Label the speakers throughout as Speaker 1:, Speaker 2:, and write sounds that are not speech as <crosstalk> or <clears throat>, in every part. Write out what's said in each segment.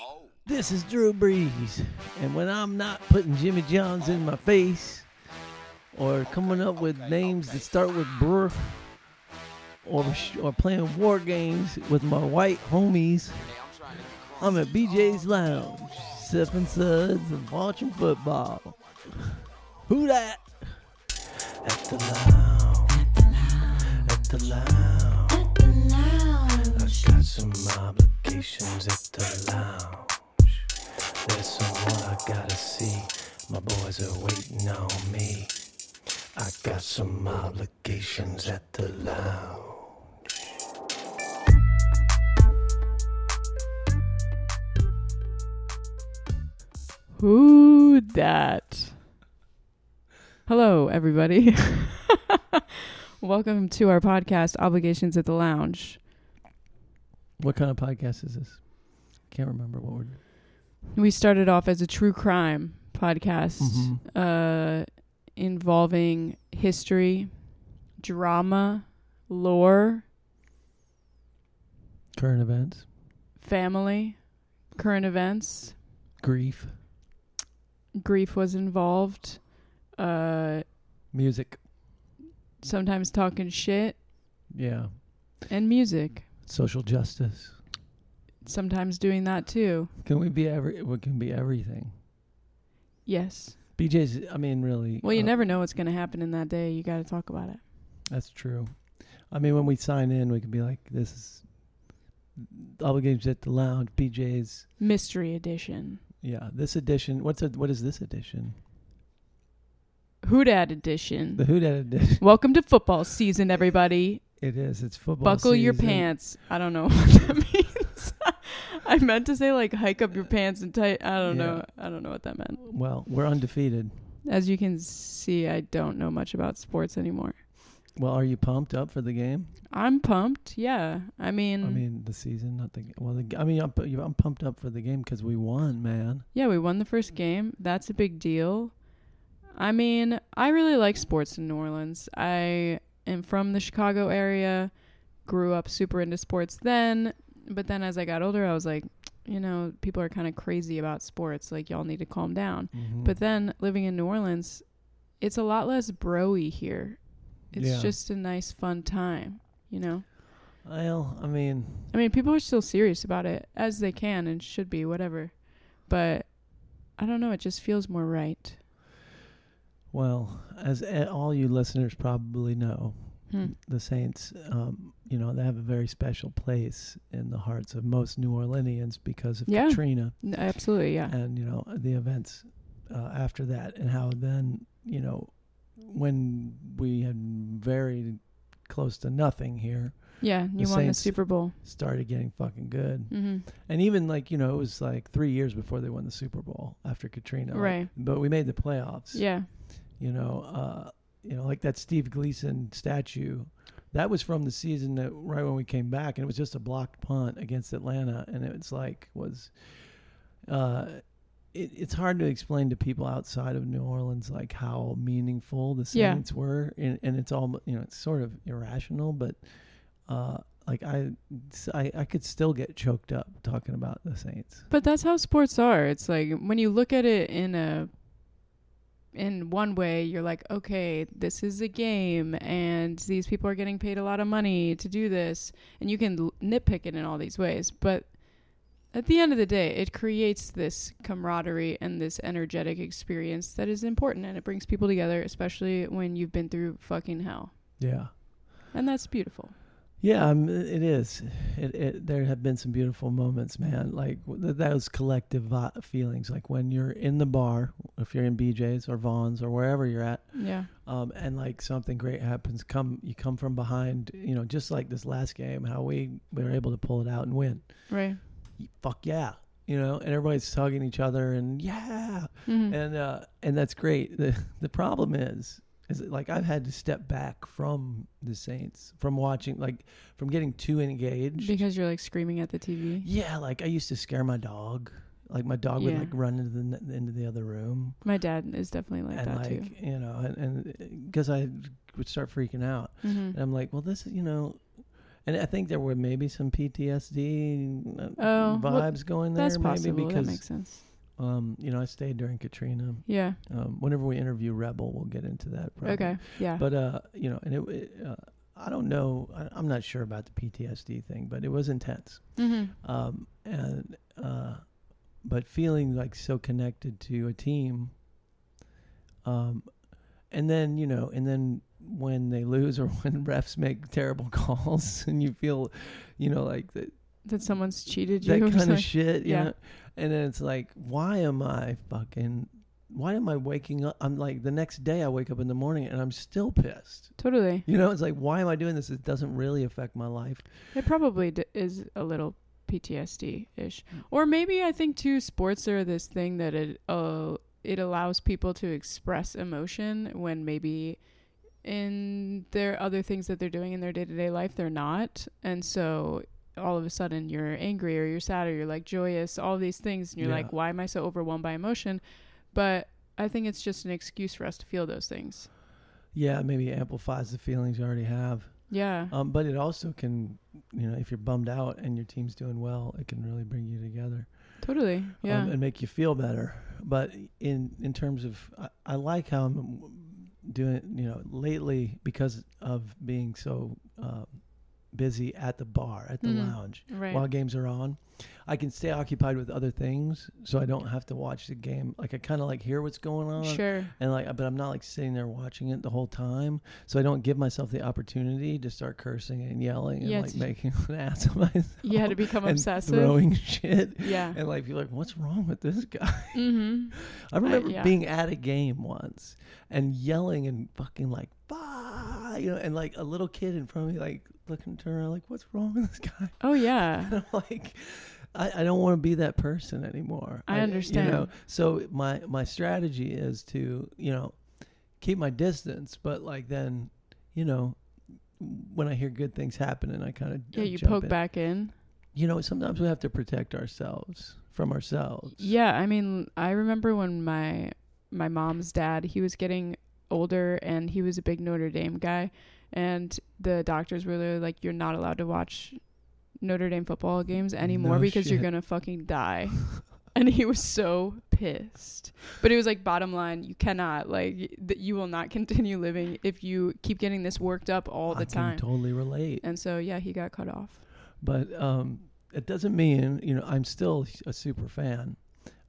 Speaker 1: Oh,
Speaker 2: This is Drew Brees, and when I'm not putting Jimmy John's in my face, or coming up with names that start with Brr, or sh- or playing war games with my white homies,
Speaker 1: hey, I'm trying to be cool.
Speaker 2: I'm at BJ's Lounge, sipping suds and watching football. Who that? At the lounge, at the lounge, I got some obligations at the lounge. There's someone I gotta see. My boys are waiting on me. I got some obligations at the lounge.
Speaker 3: Who that? Hello, everybody. <laughs> Welcome to our podcast, Obligations at the Lounge.
Speaker 2: What kind of podcast is this? Can't remember what we're doing.
Speaker 3: We started off as a true crime podcast
Speaker 2: Mhm.
Speaker 3: uh, involving history, drama, lore,
Speaker 2: Current events,
Speaker 3: family, current events.
Speaker 2: grief,
Speaker 3: Grief was involved. Uh,
Speaker 2: music.
Speaker 3: sometimes talking shit
Speaker 2: Yeah.
Speaker 3: and music.
Speaker 2: Social justice.
Speaker 3: Sometimes doing that too.
Speaker 2: Can we be every? What can be everything?
Speaker 3: Yes.
Speaker 2: BJ's. I mean, really.
Speaker 3: Well, you
Speaker 2: uh,
Speaker 3: never know what's going to happen in that day. You got to talk about it.
Speaker 2: That's true. I mean, when we sign in, we can be like, "This is obligations at the lounge." BJ's.
Speaker 3: Mystery edition.
Speaker 2: Yeah. This edition. What's a, what is this edition?
Speaker 3: Hoodat
Speaker 2: <laughs>
Speaker 3: edition.
Speaker 2: The Who Dat edition.
Speaker 3: Welcome to football season, everybody.
Speaker 2: It is. It's football.
Speaker 3: Buckle your
Speaker 2: season.
Speaker 3: pants. I don't know <laughs> what that means. <laughs> I meant to say like hike up your pants and tight. I don't
Speaker 2: Yeah.
Speaker 3: know. I don't know what that meant.
Speaker 2: Well, we're undefeated.
Speaker 3: As you can see, I don't know much about sports anymore.
Speaker 2: Well, are you pumped up for the game?
Speaker 3: I'm pumped. Yeah. I mean,
Speaker 2: I mean, the season, not the. g- Well, the, g- I mean, I'm, pu- I'm pumped up for the game because we won, man.
Speaker 3: yeah, we won the first game. That's a big deal. I mean, I really like sports in New Orleans. I am from the Chicago area, grew up super into sports then, but then as I got older, I was like, you know, people are kind of crazy about sports. Like, y'all need to calm down.
Speaker 2: Mhm.
Speaker 3: But then living in New Orleans, it's a lot less broy here. It's
Speaker 2: Yeah.
Speaker 3: just a nice, fun time, you know?
Speaker 2: well, I mean,
Speaker 3: I mean, people are still serious about it as they can and should be, whatever. But I don't know. It just feels more right.
Speaker 2: well, as a- all you listeners probably know,
Speaker 3: Hmm.
Speaker 2: the Saints, um, you know, they have a very special place in the hearts of most New Orleanians because of
Speaker 3: Yeah.
Speaker 2: Katrina
Speaker 3: N- Absolutely, yeah.
Speaker 2: and you know the events uh, after that, and how then you know when we had very close to nothing here,
Speaker 3: Yeah, you won
Speaker 2: Saints-
Speaker 3: the Super Bowl.
Speaker 2: started getting fucking good.
Speaker 3: hmm
Speaker 2: And even like you know, it was like three years before they won the Super Bowl after Katrina, like-
Speaker 3: Right.
Speaker 2: but we made the playoffs.
Speaker 3: Yeah.
Speaker 2: You know, uh, you know, like that Steve Gleason statue, that was from the season that right when we came back, and it was just a blocked punt against Atlanta, and it's like was, uh, it, it's hard to explain to people outside of New Orleans like how meaningful the
Speaker 3: Yeah.
Speaker 2: Saints were, and, and it's all you know, it's sort of irrational, but. Uh, like I, I, I could still get choked up talking about the Saints.
Speaker 3: But that's how sports are. It's like when you look at it in a in one way, you're like, okay, this is a game and these people are getting paid a lot of money to do this and you can l- nitpick it in all these ways, but at the end of the day, it creates this camaraderie and this energetic experience that is important and it brings people together, especially when you've been through fucking hell.
Speaker 2: Yeah.
Speaker 3: And that's beautiful.
Speaker 2: Yeah, um, it is. It, it there have been some beautiful moments, man. Like w- th- those collective vi- feelings, like when you're in the bar, if you're in BJ's or Vaughn's or wherever you're at,
Speaker 3: Yeah.
Speaker 2: um, and like something great happens, come you come from behind, you know, just like this last game, how we, we were able to pull it out and win.
Speaker 3: Right.
Speaker 2: Y- Fuck yeah, you know, and everybody's hugging each other and yeah,
Speaker 3: Mhm.
Speaker 2: and uh, and that's great. The the problem is is that, like I've had to step back from the Saints, from watching, like from getting too engaged.
Speaker 3: Because you're like screaming at the TV.
Speaker 2: yeah, like I used to scare my dog. Like my dog would
Speaker 3: Yeah.
Speaker 2: like run into the n- into the other room,
Speaker 3: My dad is definitely like
Speaker 2: and
Speaker 3: that
Speaker 2: like
Speaker 3: too.
Speaker 2: you know, and because I would start freaking out,
Speaker 3: Mm-hmm.
Speaker 2: and I'm like, well, this is you know, And I think there were maybe some PTSD uh,
Speaker 3: Oh, well,
Speaker 2: vibes going there.
Speaker 3: That's
Speaker 2: maybe
Speaker 3: possible.
Speaker 2: because
Speaker 3: that makes sense.
Speaker 2: um, you know I stayed during Katrina.
Speaker 3: Yeah.
Speaker 2: Um, whenever we interview Rebel, we'll get into that. Probably.
Speaker 3: Okay. Yeah.
Speaker 2: But uh, you know, and it, it uh, I don't know. I, I'm not sure about the PTSD thing, but it was intense.
Speaker 3: mm-hmm.
Speaker 2: Um, and uh, but feeling like so connected to a team. Um, and then you know, and then when they lose or <laughs> when refs make terrible <laughs> calls, and you feel, you know, like that
Speaker 3: That someone's cheated you. <laughs>
Speaker 2: that
Speaker 3: or
Speaker 2: kind
Speaker 3: something.
Speaker 2: of shit. You
Speaker 3: Yeah.
Speaker 2: Know? And then it's like, why am I fucking? Why am I waking up? I'm like the next day I wake up in the morning and I'm still pissed.
Speaker 3: totally.
Speaker 2: You know, it's like, why am I doing this? It doesn't really affect my life.
Speaker 3: It probably d- is a little PTSD ish,
Speaker 2: Hmm.
Speaker 3: or maybe I think too. Sports are this thing that it uh, it allows people to express emotion when maybe in their other things that they're doing in their day to day life they're not, and so all of a sudden you're angry or you're sad or you're like joyous, all these things, and you're
Speaker 2: Yeah.
Speaker 3: like, why am I so overwhelmed by emotion? But I think it's just an excuse for us to feel those things.
Speaker 2: Yeah, maybe it amplifies the feelings you already have.
Speaker 3: Yeah,
Speaker 2: Um, but it also can, you know, if you're bummed out and your team's doing well, it can really bring you together
Speaker 3: totally. Yeah.
Speaker 2: um, and make you feel better. But in in terms of, I, I like how I'm doing. You know, lately because of being so uh, busy at the bar at the
Speaker 3: Mhm.
Speaker 2: lounge
Speaker 3: Right.
Speaker 2: while games are on, I can stay occupied with other things, so I don't have to watch the game. Like I kind of like hear what's going on.
Speaker 3: sure.
Speaker 2: <laughs> And like, but I'm not like sitting there watching it the whole time, so I don't give myself the opportunity to start cursing and yelling and
Speaker 3: Yeah,
Speaker 2: like
Speaker 3: to-
Speaker 2: making <laughs> an ass of myself
Speaker 3: You had to become
Speaker 2: and
Speaker 3: obsessive.
Speaker 2: throwing <laughs> shit.
Speaker 3: Yeah.
Speaker 2: And like, you're like, what's wrong with this guy?
Speaker 3: Mm-hmm.
Speaker 2: I remember
Speaker 3: yeah.
Speaker 2: being at a game once and yelling and fucking like, bah, you know, and like a little kid in front of me, like looking to her, like, what's wrong with this guy?
Speaker 3: Oh yeah.
Speaker 2: <laughs> And I'm like, I, I don't want to be that person anymore.
Speaker 3: I
Speaker 2: You know,
Speaker 3: understand.
Speaker 2: so my my strategy is to you know keep my distance, but like then you know when I hear good things happening, I kind of
Speaker 3: Yeah, you poke back in.
Speaker 2: You know, sometimes we have to protect ourselves from ourselves.
Speaker 3: Yeah, I mean, I remember when my my mom's dad, he was getting older and he was a big Notre Dame guy and the doctors were literally like you're not allowed to watch Notre Dame football games anymore
Speaker 2: No
Speaker 3: because you're
Speaker 2: shit.
Speaker 3: going to fucking
Speaker 2: <laughs>
Speaker 3: die. and he was so pissed. But it was like bottom line, you cannot like that you will not <laughs> continue living if you keep getting this worked up all
Speaker 2: I
Speaker 3: the
Speaker 2: can
Speaker 3: time.
Speaker 2: totally relate.
Speaker 3: and so yeah, he got cut off.
Speaker 2: But um, it doesn't mean you know I'm still a super fan.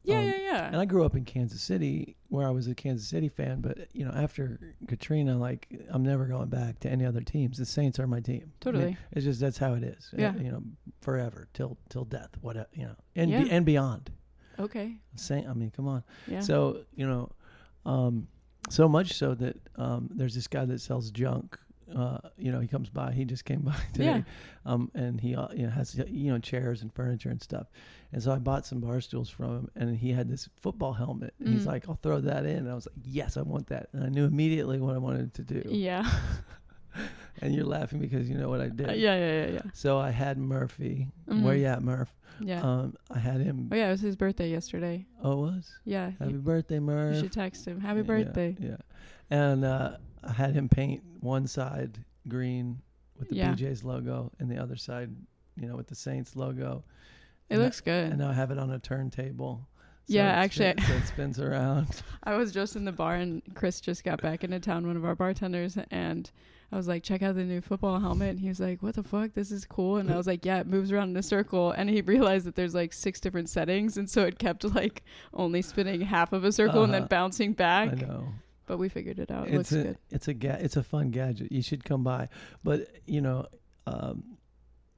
Speaker 3: Yeah,
Speaker 2: Um,
Speaker 3: yeah, yeah.
Speaker 2: And I grew up in Kansas City, where I was a Kansas City fan. But you know, after Katrina, like I'm never going back to any other teams. The Saints are my team. I mean,
Speaker 3: Totally.
Speaker 2: it's just that's how it is.
Speaker 3: Yeah.
Speaker 2: You know, forever till till death. What you know, and
Speaker 3: Yeah.
Speaker 2: be, and beyond.
Speaker 3: okay.
Speaker 2: Saint. I mean, come on.
Speaker 3: Yeah.
Speaker 2: So you know, um, so much so that um, there's this guy that sells junk. Uh, you know, he comes by. He just came <laughs> by today,
Speaker 3: Yeah.
Speaker 2: um, and he uh, you know, has you know chairs and furniture and stuff. And so I bought some bar stools from him, and he had this football helmet. And He's
Speaker 3: Mhm.
Speaker 2: like, "I'll throw that in." And I was like, "Yes, I want that." And I knew immediately what I wanted to <laughs> do.
Speaker 3: yeah.
Speaker 2: And you're laughing because you know what I did.
Speaker 3: Uh, <laughs> yeah, yeah, yeah, yeah.
Speaker 2: So I had Murphy. Where
Speaker 3: Mhm.
Speaker 2: you at, Murph?
Speaker 3: Yeah.
Speaker 2: Um, I had him.
Speaker 3: oh yeah, it was his birthday yesterday.
Speaker 2: Oh, it was
Speaker 3: Yeah.
Speaker 2: happy
Speaker 3: You,
Speaker 2: birthday, Murph.
Speaker 3: you should text him. Happy
Speaker 2: Yeah,
Speaker 3: birthday.
Speaker 2: Yeah. And uh, I had him paint one side green with the
Speaker 3: Yeah.
Speaker 2: BJ's logo and the other side, you know, with the Saints logo.
Speaker 3: It
Speaker 2: And
Speaker 3: looks
Speaker 2: I,
Speaker 3: good.
Speaker 2: and now I have it on a turntable.
Speaker 3: Yeah,
Speaker 2: it
Speaker 3: actually,
Speaker 2: spin- so it spins
Speaker 3: <laughs>
Speaker 2: around.
Speaker 3: I was just in the bar and Chris just got back into town, one of our bartenders, and I was like, check out the new football helmet. And he was like, what the fuck? This is cool. And I was like, yeah, it moves around in a circle. And he realized that there's like six different settings. And so it kept like only spinning half of a circle and then
Speaker 2: Uh-huh.
Speaker 3: bouncing
Speaker 2: I
Speaker 3: back.
Speaker 2: know.
Speaker 3: But we figured it out. It
Speaker 2: It's
Speaker 3: looks
Speaker 2: a
Speaker 3: good.
Speaker 2: it's a ga- it's a fun gadget. You should come by. But you know, um,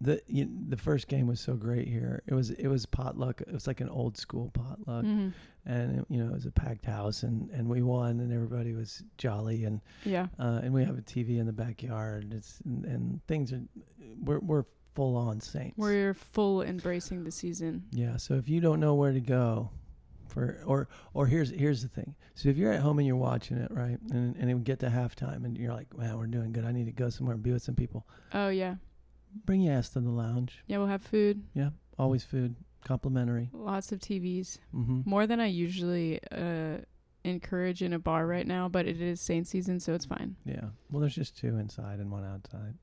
Speaker 2: the you, the first game was so great here. It was it was potluck. It was like an old school potluck,
Speaker 3: Mhm.
Speaker 2: and you know it was a packed house, and and we won, and everybody was jolly, and
Speaker 3: Yeah.
Speaker 2: uh, and we have a TV in the backyard. It's and, and things are we're we're full on saints.
Speaker 3: We're full embracing the season.
Speaker 2: yeah. So if you don't know where to go, for or or here's here's the thing. So if you're at home and you're watching it right, and and it would get to halftime, and you're like, man, we're doing good. I need to go somewhere and be with some people.
Speaker 3: Oh, yeah.
Speaker 2: Bring your ass to the lounge.
Speaker 3: Yeah, we'll have food,
Speaker 2: Yeah, always food, complimentary.
Speaker 3: lots of TVs,
Speaker 2: Mm-hmm.
Speaker 3: more than I usually uh, encourage in a bar right now, but it is Saint season, so it's fine.
Speaker 2: Yeah. Well, there's just two inside and one outside.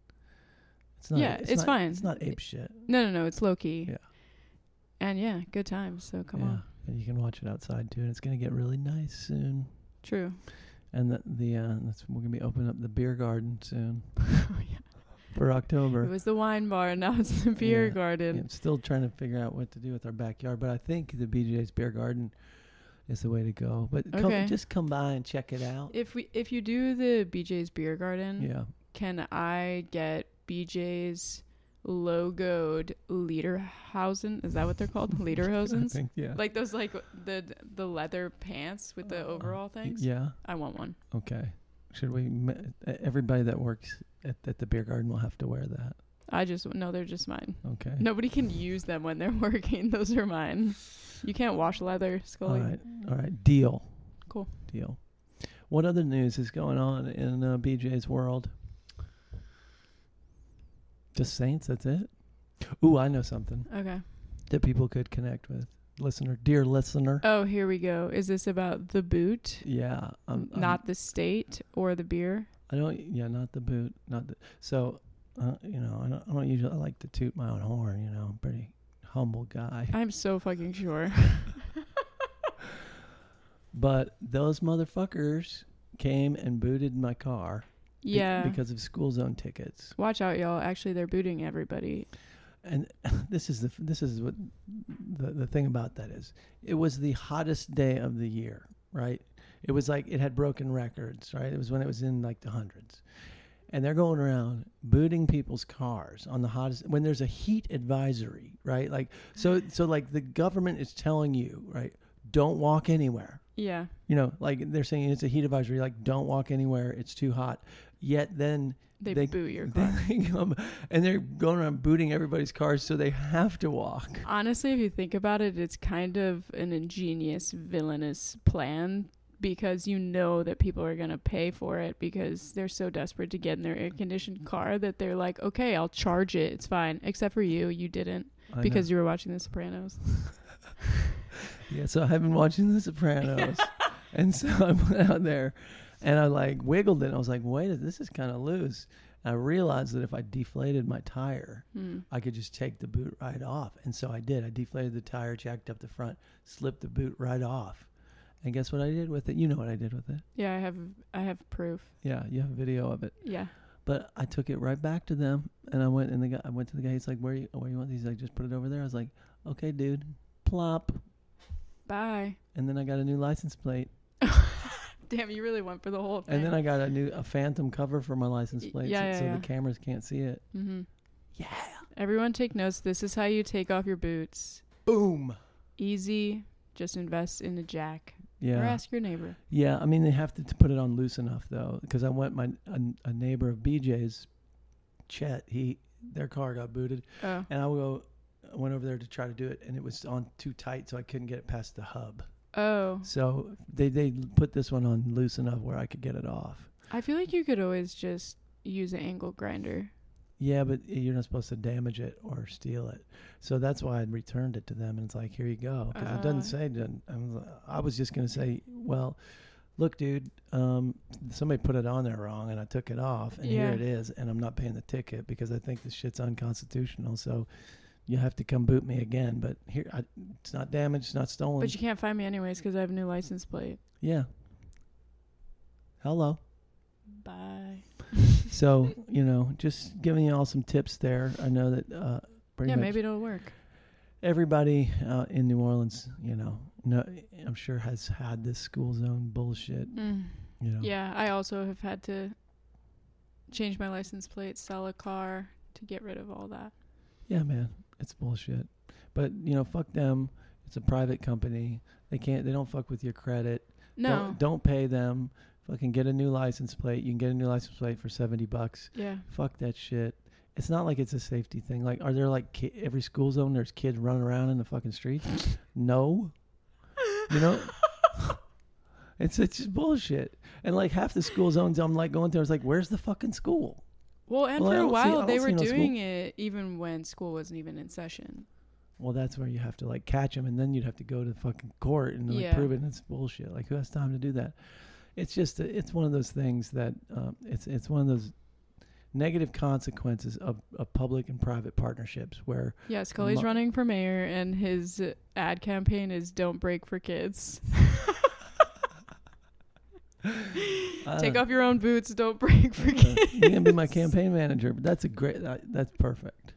Speaker 2: It's not,
Speaker 3: Yeah,
Speaker 2: it's,
Speaker 3: it's
Speaker 2: not-
Speaker 3: fine.
Speaker 2: It's not ape shit.
Speaker 3: No, no, no. It's Loki.
Speaker 2: Yeah.
Speaker 3: And yeah, good times. So come on.
Speaker 2: And you can watch it outside too, and it's gonna get really nice soon.
Speaker 3: True.
Speaker 2: And the, the uh, that's, we're gonna be opening up the beer garden soon
Speaker 3: <laughs> Oh, yeah.
Speaker 2: for October.
Speaker 3: It was the wine bar, <laughs> now it's the beer
Speaker 2: Yeah,
Speaker 3: garden.
Speaker 2: Yeah, I'm still trying to figure out what to do with our backyard, but I think the BJ's Beer Garden is the way to go. But
Speaker 3: Okay.
Speaker 2: come, just come by and check it out.
Speaker 3: If we if you do the BJ's beer garden,
Speaker 2: yeah,
Speaker 3: can I get BJ's logoed Lederhausen? Is that what they're called?
Speaker 2: I
Speaker 3: Lederhosens?
Speaker 2: think yeah.
Speaker 3: Like those like the the leather pants with the
Speaker 2: Uh,
Speaker 3: overall
Speaker 2: Y-
Speaker 3: things?
Speaker 2: Yeah.
Speaker 3: I want one.
Speaker 2: Okay. Should we? me- e- Everybody that works at, at the beer garden will have to wear that.
Speaker 3: I just no, they're just mine.
Speaker 2: Okay.
Speaker 3: Nobody can use them when they're <laughs> working. Those are mine. You can't wash leather,
Speaker 2: All
Speaker 3: Scully.
Speaker 2: right. All right. Deal.
Speaker 3: Cool.
Speaker 2: Deal. What other news is going on in uh, BJ's world? Just Saints. That's it. Ooh, I know something
Speaker 3: Okay.
Speaker 2: that people could connect with. Listener, dear listener.
Speaker 3: Oh, here we go. Is this about the boot?
Speaker 2: Yeah, I'm, I'm-
Speaker 3: not the state or the beer?
Speaker 2: I don't. Yeah, not the boot. Not the. So, uh, you know, I don't, I don't usually like to toot my own horn. You know, I'm a pretty humble guy.
Speaker 3: I'm so fucking sure.
Speaker 2: But those motherfuckers came and booted my car. be-
Speaker 3: yeah.
Speaker 2: because of school zone tickets.
Speaker 3: Watch out, y'all. Actually, they're booting everybody.
Speaker 2: And <laughs> this is the f- this is what the the thing about that is. It was the hottest day of the year, right? It was like it had broken records, right? It was when it was in like the hundreds. And they're going around booting people's cars on the hottest when there's a heat advisory, right? Like so so like the government is telling you, right? Don't walk anywhere.
Speaker 3: Yeah.
Speaker 2: You know, like they're saying it's a heat advisory, like don't walk anywhere, it's too hot. Yet then
Speaker 3: They,
Speaker 2: They-
Speaker 3: boot your car.
Speaker 2: they <laughs> come and they're going around booting everybody's cars so they have to walk
Speaker 3: Honestly, if you think about it, it's kind of an ingenious, villainous plan because you know that people are going to pay for it because they're so desperate to get in their air conditioned car that they're like, okay, I'll charge it. It's fine. Except for you. You didn't because you were watching The Sopranos.
Speaker 2: yeah so i've been watching the sopranos and so i went out there and i like wiggled it and i was like wait this is kind of loose and i realized that if i deflated my tire
Speaker 3: Hmm.
Speaker 2: i could just take the boot right off and so i did i deflated the tire jacked up the front slipped the boot right off and guess what i did with it you know what i did with it
Speaker 3: Yeah, I have I have proof.
Speaker 2: yeah you have a video of it
Speaker 3: Yeah.
Speaker 2: But I took it right back to them, and I went and the guy, I went to the guy. He's like, "Where you where you want these?" He's like, "Just put it over there." I was like, "Okay, dude." Plop,
Speaker 3: Bye.
Speaker 2: and then I got a new license plate,
Speaker 3: Damn, you really went for the whole thing.
Speaker 2: and then I got a new a phantom cover for my license
Speaker 3: Y-
Speaker 2: plate,
Speaker 3: yeah,
Speaker 2: so,
Speaker 3: yeah,
Speaker 2: so
Speaker 3: yeah.
Speaker 2: the cameras can't see it.
Speaker 3: Mm-hmm.
Speaker 2: Yeah.
Speaker 3: Everyone take notes. This is how you take off your boots.
Speaker 2: Boom.
Speaker 3: Easy. Just invest in a jack. Or
Speaker 2: Yeah.
Speaker 3: ask your neighbor.
Speaker 2: Yeah. I mean, they have to, to put it on loose enough though, because I went my a, a neighbor of BJ's, Chet. He their car got booted,
Speaker 3: Oh.
Speaker 2: and I go I went over there to try to do it, and it was on too tight, so I couldn't get it past the hub.
Speaker 3: Oh.
Speaker 2: So they they put this one on loose enough where I could get it off.
Speaker 3: I feel like you could always just use an angle grinder.
Speaker 2: Yeah, but you're not supposed to damage it or steal it. So that's why I returned it to them, and it's like, here you go. Because it
Speaker 3: Uh.
Speaker 2: doesn't say. doesn't- I was, I was just gonna say, well, look, dude, um, somebody put it on there wrong, and I took it off, and
Speaker 3: Yeah.
Speaker 2: here it is, and I'm not paying the ticket because I think this shit's unconstitutional. So you have to come boot me again. But here, I, it's not damaged, it's not stolen.
Speaker 3: But you can't find me anyways because I have a new license plate.
Speaker 2: yeah. Hello.
Speaker 3: Bye.
Speaker 2: So you know, just giving you all some tips there. I know that uh, pretty
Speaker 3: yeah,
Speaker 2: much
Speaker 3: maybe it'll work.
Speaker 2: everybody uh, in New Orleans, you know, no, I'm sure has had this school zone bullshit.
Speaker 3: Mm.
Speaker 2: You know,
Speaker 3: Yeah, I also have had to change my license plate, sell a car to get rid of all that.
Speaker 2: yeah, man, it's bullshit. But you know, fuck them. It's a private company. They can't. They don't fuck with your credit.
Speaker 3: No.
Speaker 2: Don't, don't pay them. Fucking get a new license plate. You can get a new license plate for seventy bucks.
Speaker 3: Yeah.
Speaker 2: Fuck that shit. It's not like it's a safety thing. Like, are there like ki- every school zone? There's kids running around in the fucking streets. no, you know, <laughs> it's it's just bullshit. And like half the school zones, I'm like going through. I was like, where's the fucking school?
Speaker 3: Well, and
Speaker 2: Well, I
Speaker 3: for a
Speaker 2: don't see- I
Speaker 3: while
Speaker 2: don't
Speaker 3: they
Speaker 2: see
Speaker 3: were
Speaker 2: no school.
Speaker 3: doing it even when school wasn't even in session.
Speaker 2: Well, that's where you have to like catch them, and then you'd have to go to the fucking court and like
Speaker 3: Yeah.
Speaker 2: prove it. And it's bullshit. Like, who has time to do that? It's just it's one of those things that um, it's it's one of those negative consequences of, of public and private partnerships where
Speaker 3: Yeah, Scully's
Speaker 2: Mo-
Speaker 3: running for mayor, and his ad campaign is "Don't break for kids."
Speaker 2: I
Speaker 3: Take
Speaker 2: don't-
Speaker 3: off your own boots. Don't
Speaker 2: <laughs>
Speaker 3: break for
Speaker 2: uh,
Speaker 3: kids.
Speaker 2: you're gonna be
Speaker 3: <laughs>
Speaker 2: my campaign manager but that's a great that, that's perfect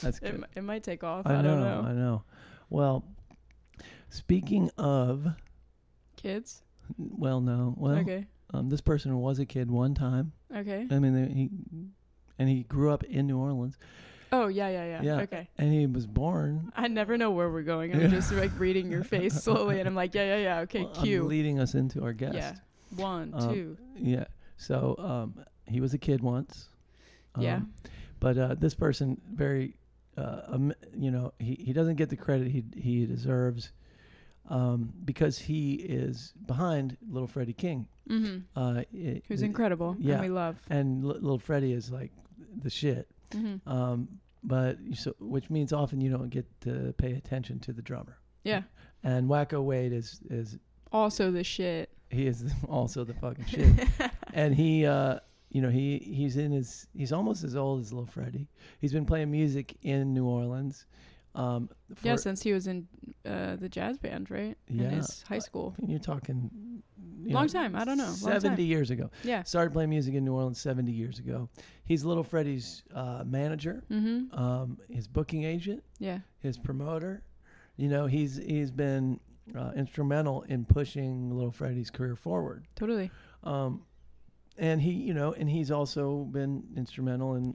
Speaker 2: that's
Speaker 3: It,
Speaker 2: good
Speaker 3: mi- it might take off. I, don't know.
Speaker 2: I know. Well, speaking of,
Speaker 3: Kids.
Speaker 2: well, no, well,
Speaker 3: okay.
Speaker 2: um, this person was a kid one time.
Speaker 3: Okay.
Speaker 2: I mean, he and he grew up in New Orleans,
Speaker 3: Oh yeah, yeah, yeah.
Speaker 2: yeah.
Speaker 3: Okay.
Speaker 2: and he was born.
Speaker 3: I never know where we're going. I'm
Speaker 2: Yeah.
Speaker 3: just like reading
Speaker 2: <laughs>
Speaker 3: your face slowly, and I'm like, yeah, yeah, yeah. Okay,
Speaker 2: well, I'm
Speaker 3: cue.
Speaker 2: uh, leading us into our guest.
Speaker 3: Yeah. One,
Speaker 2: Um,
Speaker 3: two.
Speaker 2: Yeah. So um, he was a kid once. um,
Speaker 3: Yeah.
Speaker 2: But uh, this person, very, uh, um, you know, he, he doesn't get the credit he he deserves um, because he is behind Little Freddie King.
Speaker 3: Mm-hmm.
Speaker 2: Uh, it-
Speaker 3: Who's
Speaker 2: it-
Speaker 3: incredible.
Speaker 2: yeah.
Speaker 3: And we love.
Speaker 2: and L- little Freddie is like the shit.
Speaker 3: Mm-hmm.
Speaker 2: Um, but you- so, which means often you don't get to pay attention to the drummer.
Speaker 3: Yeah.
Speaker 2: And Wacko Wade is is
Speaker 3: Also the shit.
Speaker 2: he is <laughs> also the fucking shit. and he uh you know he he's in his he's almost as old as little Freddie. He's been playing music in New Orleans. Um, for,
Speaker 3: <laughs> yeah, since he was in uh, the jazz band, right?
Speaker 2: Yeah.
Speaker 3: In his high school.
Speaker 2: You're talking you
Speaker 3: Long time, I don't know, long time.
Speaker 2: Seventy years ago,
Speaker 3: Yeah.
Speaker 2: started playing music in New Orleans seventy years ago. He's little Freddie's uh, manager,
Speaker 3: Mm-hmm.
Speaker 2: um, his booking agent.
Speaker 3: Yeah.
Speaker 2: his promoter. You know, he's he's been uh, instrumental in pushing Little Freddie's career forward.
Speaker 3: Totally.
Speaker 2: Um, and he, you know, and he's also been instrumental in,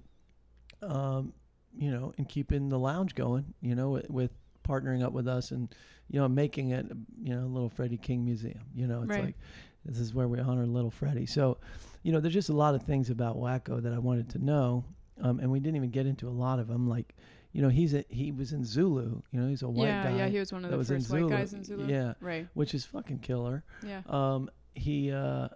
Speaker 2: um, you know, in keeping the lounge going. You know, with, with partnering up with us and, you know, making it, you know, Little Freddie King Museum. You know, it's
Speaker 3: Right.
Speaker 2: like this is where we honor Little Freddie. So, you know, there's just a lot of things about Wacko that I wanted to know, um, and we didn't even get into a lot of them. Like, you know, he's a, he was in Zulu. You know, he's a white
Speaker 3: yeah,
Speaker 2: guy
Speaker 3: yeah. He was one
Speaker 2: that
Speaker 3: of the
Speaker 2: was in
Speaker 3: first white
Speaker 2: Zulu.
Speaker 3: guys in Zulu.
Speaker 2: Yeah,
Speaker 3: Right.
Speaker 2: which is fucking killer.
Speaker 3: Yeah.
Speaker 2: Um, he uh,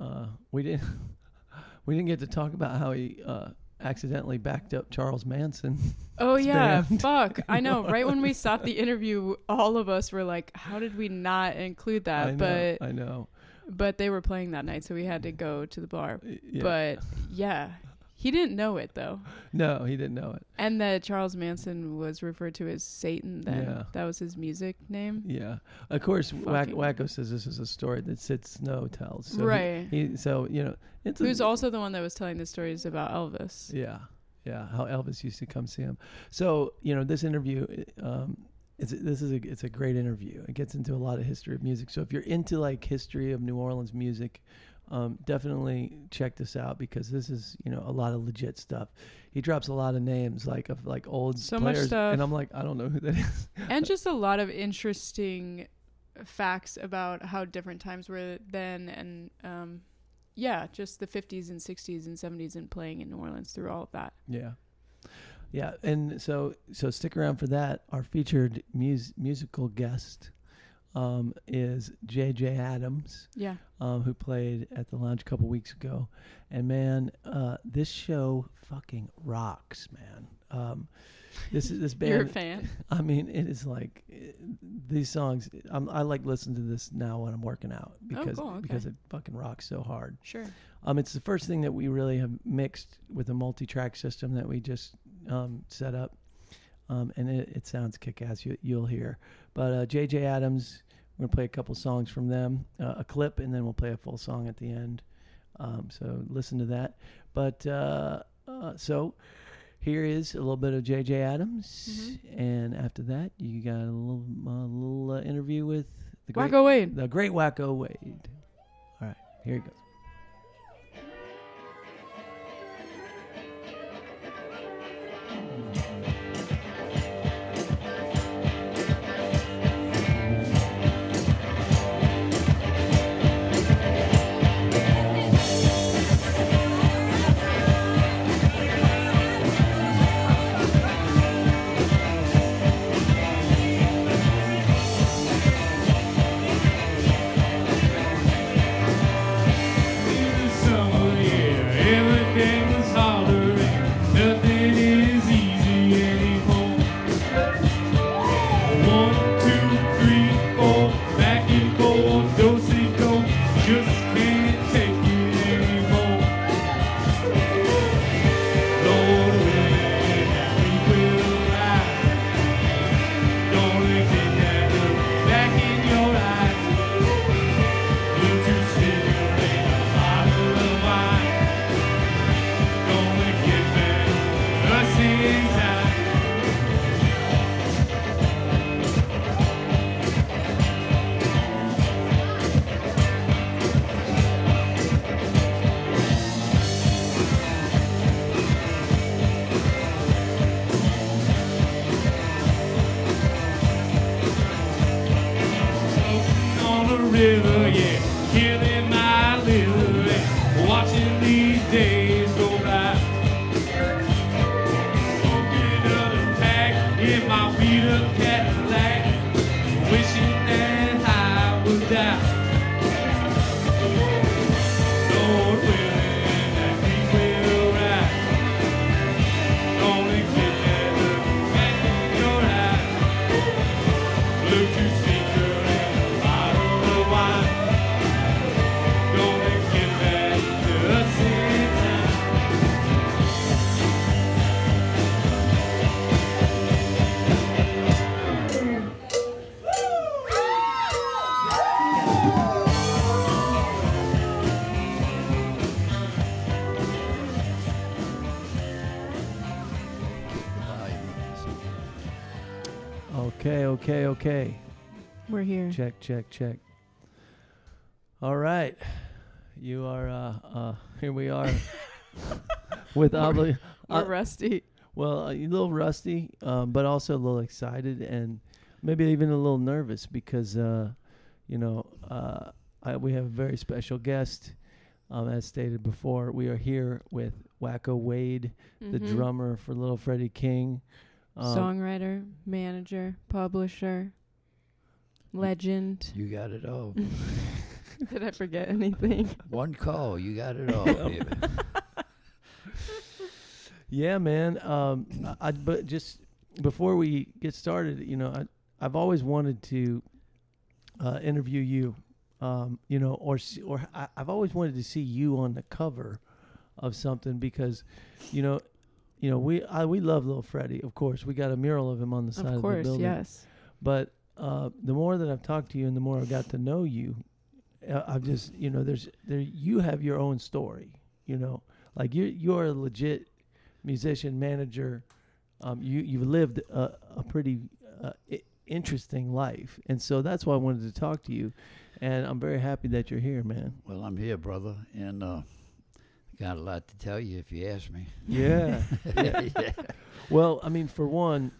Speaker 2: uh, we didn't <laughs> we didn't get to talk about how he uh, accidentally backed up Charles Manson.
Speaker 3: Oh yeah,
Speaker 2: band.
Speaker 3: fuck.
Speaker 2: <laughs>
Speaker 3: I know. Right when we stopped the interview, all of us were like, "How did we not include
Speaker 2: I
Speaker 3: that?"
Speaker 2: know,
Speaker 3: But
Speaker 2: I know.
Speaker 3: but they were playing that night, so we had to go to the bar.
Speaker 2: Yeah.
Speaker 3: But yeah, he didn't know it though,
Speaker 2: no, he didn't know it.
Speaker 3: and that Charles Manson was referred to as Satan. Then
Speaker 2: Yeah.
Speaker 3: that was his music name,
Speaker 2: Yeah, of course. Wack,
Speaker 3: Fucking-
Speaker 2: Wacko says this is a story that Sid Snow tells. So he-
Speaker 3: right?
Speaker 2: He, so you know it's
Speaker 3: Who's
Speaker 2: a,
Speaker 3: also the one that was telling the stories about Elvis?
Speaker 2: Yeah, yeah. How Elvis used to come see him. So you know this interview. Um, it's this is a it's a great interview. It gets into a lot of history of music. So if you're into like history of New Orleans music, um, definitely check this out because this is you know a lot of legit stuff. He drops a lot of names like of like old
Speaker 3: So much
Speaker 2: players,
Speaker 3: stuff.
Speaker 2: and I'm like I don't know who that is. <laughs>
Speaker 3: and just a lot of interesting facts about how different times were then and um yeah just the 50s and 60s and 70s and playing in new orleans through all of that
Speaker 2: Yeah. Yeah, and so so stick around for that. Our featured mus- musical guest um, is J.J. Adams.
Speaker 3: yeah
Speaker 2: um, who played at the lounge a couple weeks ago. And man, uh, this show fucking rocks, man. Um, this is this
Speaker 3: <laughs> you're a
Speaker 2: band.
Speaker 3: fan
Speaker 2: I mean, it is like eh, these songs. I'm, I like listen to this now when I'm working out because
Speaker 3: Oh, cool, okay.
Speaker 2: because it fucking rocks so hard.
Speaker 3: sure
Speaker 2: Um, it's the first thing that we really have mixed with a multi-track system that we just um, set up, um, and it, it sounds kick-ass. You, you'll hear. But uh, JJ Adams, we're gonna play a couple songs from them, uh, a clip, and then we'll play a full song at the end. Um, so listen to that. But uh, uh, so here is a little bit of JJ Adams, and after that, you got a little a little uh, interview with the great,
Speaker 3: wacko wade
Speaker 2: the great Wacko Wade. All right, here you go.
Speaker 1: Thank river, yeah, killing my liver, and watching these days go by. Smoking another pack in my beat up Cadillac, wishing that I would die. Lord willing, that we will ride. Only kidding, look back in your eyes. Look to see her in a bottle of wine. Gonna get back to us in time.
Speaker 2: Okay, okay, okay.
Speaker 3: We're here.
Speaker 2: Check, check, check. All right. You are, uh, uh, here we are with obli-
Speaker 3: We're
Speaker 2: uh,
Speaker 3: rusty.
Speaker 2: well, a little rusty, um, but also a little excited and maybe even a little nervous because, uh, you know, uh, I, we have a very special guest. Um, as stated before, we are here with Wacko Wade, the uh,
Speaker 3: Mhm.
Speaker 2: drummer for Little Freddie King.
Speaker 3: songwriter, manager, publisher,
Speaker 2: <laughs>
Speaker 3: legend. <laughs>
Speaker 4: You got it all.
Speaker 3: Mm. Did I forget anything?
Speaker 4: One call, you got it all. baby.
Speaker 2: Yeah, man. Um, I, I- but just before we get started, you know, I, I've always wanted to uh, interview you, um, you know, or s- or I, I've always wanted to see you on the cover of something because, you know, you know, we I, we love Little Freddie, of course. We got a mural of him on the side
Speaker 3: Of
Speaker 2: of, the
Speaker 3: course,
Speaker 2: building.
Speaker 3: yes.
Speaker 2: But uh, the more that I've talked to you, and the more I got to know you, uh, I've just you know there's there you have your own story. You know, like you you're a legit musician manager. Um, you you've lived a, a pretty uh, I- interesting life, and so that's why I wanted to talk to you. And I'm very happy that you're here, man.
Speaker 4: well, I'm here, brother, and uh, got a lot to tell you if you ask me. <laughs>
Speaker 2: Yeah.
Speaker 4: yeah.
Speaker 2: well, I mean, for one,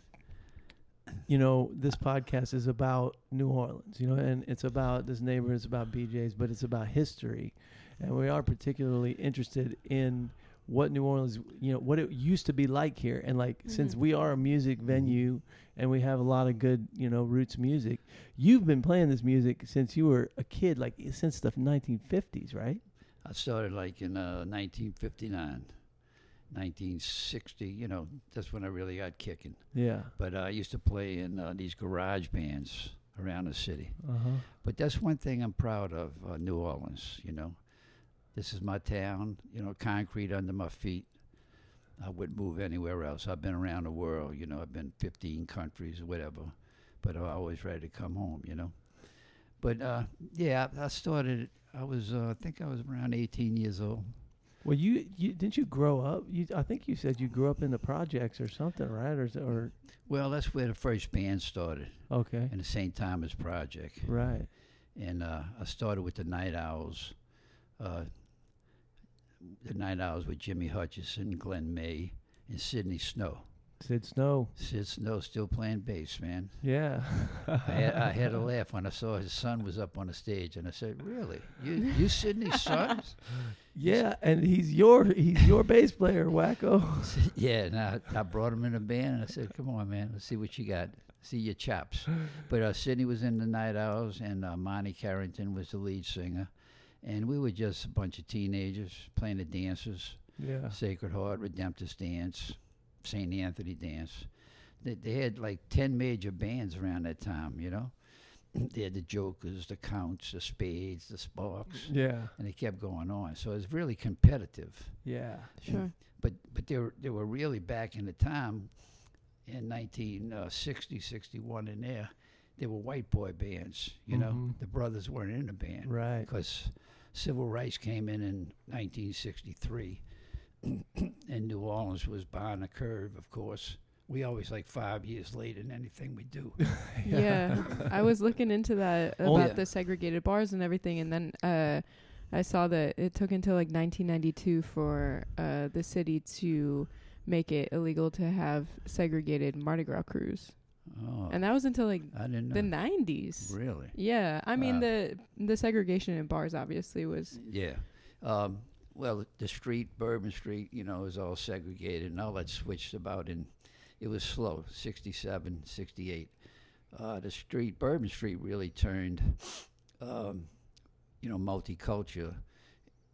Speaker 2: you know, this podcast is about New Orleans, you know, and it's about this neighbor, it's about BJ's, but it's about history. And we are particularly interested in what New Orleans, you know, what it used to be like here. And like, since
Speaker 3: Mhm.
Speaker 2: we are a music venue and we have a lot of good, you know, roots music, you've been playing this music since you were a kid, like since the 1950s, right?
Speaker 4: I started like in uh, 1959, 1960. You know, that's when I really got kicking.
Speaker 2: Yeah.
Speaker 4: But uh, I used to play in uh, these garage bands around the city.
Speaker 2: Uh huh.
Speaker 4: But that's one thing I'm proud of, uh, New Orleans, you know. This is my town, you know, concrete under my feet. I wouldn't move anywhere else. I've been around the world, you know, I've been 15 countries or whatever, but I'm always ready to come home, you know. But uh, yeah, I I started, I was, uh, I think I was around 18 years old.
Speaker 2: Well, you, you didn't you grow up? You, I think you said you grew up in the projects or something, right? Or, s- or
Speaker 4: Well, that's where the first band started,
Speaker 2: okay,
Speaker 4: in the St. Thomas Project.
Speaker 2: right?
Speaker 4: and uh, I started with the Night Owls. Uh, the Night Owls with Jimmy Hutchison, Glenn May, and Sidney Snow.
Speaker 2: Sid Snow,
Speaker 4: Sid Snow still playing bass, man.
Speaker 2: yeah.
Speaker 4: I had,
Speaker 2: <laughs>
Speaker 4: I had a laugh when I saw his son was up on the stage, and I said, "Really, you, you Sidney's son?"
Speaker 2: yeah, and he's your he's your bass player, wacko.
Speaker 4: I <laughs> said, yeah, and I, I brought him in the band, and I said, "Come on, man, let's see what you got, see your chops." But uh, Sidney was in the Night Owls, and uh, Monty Carrington was the lead singer, and we were just a bunch of teenagers playing the dances.
Speaker 2: Yeah,
Speaker 4: Sacred Heart, Redemptus Dance, St. Anthony Dance. They, they had like 10 major bands around that time, you know? <clears throat> they had the Jokers, the Counts, the Spades, the Sparks,
Speaker 2: yeah,
Speaker 4: and it kept going on. So it was really competitive.
Speaker 2: yeah.
Speaker 3: Sure.
Speaker 4: But, but they, were, they were really back in the time in 1960, 61 in there, they were white boy bands, you know?
Speaker 2: Mhm.
Speaker 4: The brothers weren't in the band
Speaker 2: Right. <laughs>
Speaker 4: because civil rights came in in 1963, <clears throat> and New Orleans was behind the curve. Of course, we always like five years late in anything we do. <laughs>
Speaker 3: Yeah. I was looking into that about
Speaker 4: Oh, yeah.
Speaker 3: the segregated bars and everything, and then uh, I saw that it took until like 1992 for uh, the city to make it illegal to have segregated Mardi Gras crews.
Speaker 4: Oh,
Speaker 3: and that was until like
Speaker 4: I didn't know.
Speaker 3: the 90s.
Speaker 4: really?
Speaker 3: Yeah, I mean
Speaker 4: Wow.
Speaker 3: the the segregation in bars obviously was
Speaker 4: Yeah. Um, well, the street, Bourbon Street, you know, is all segregated, and all that switched about, and it was slow 67, 68. Uh, the street, Bourbon Street, really turned, um, you know, multicultural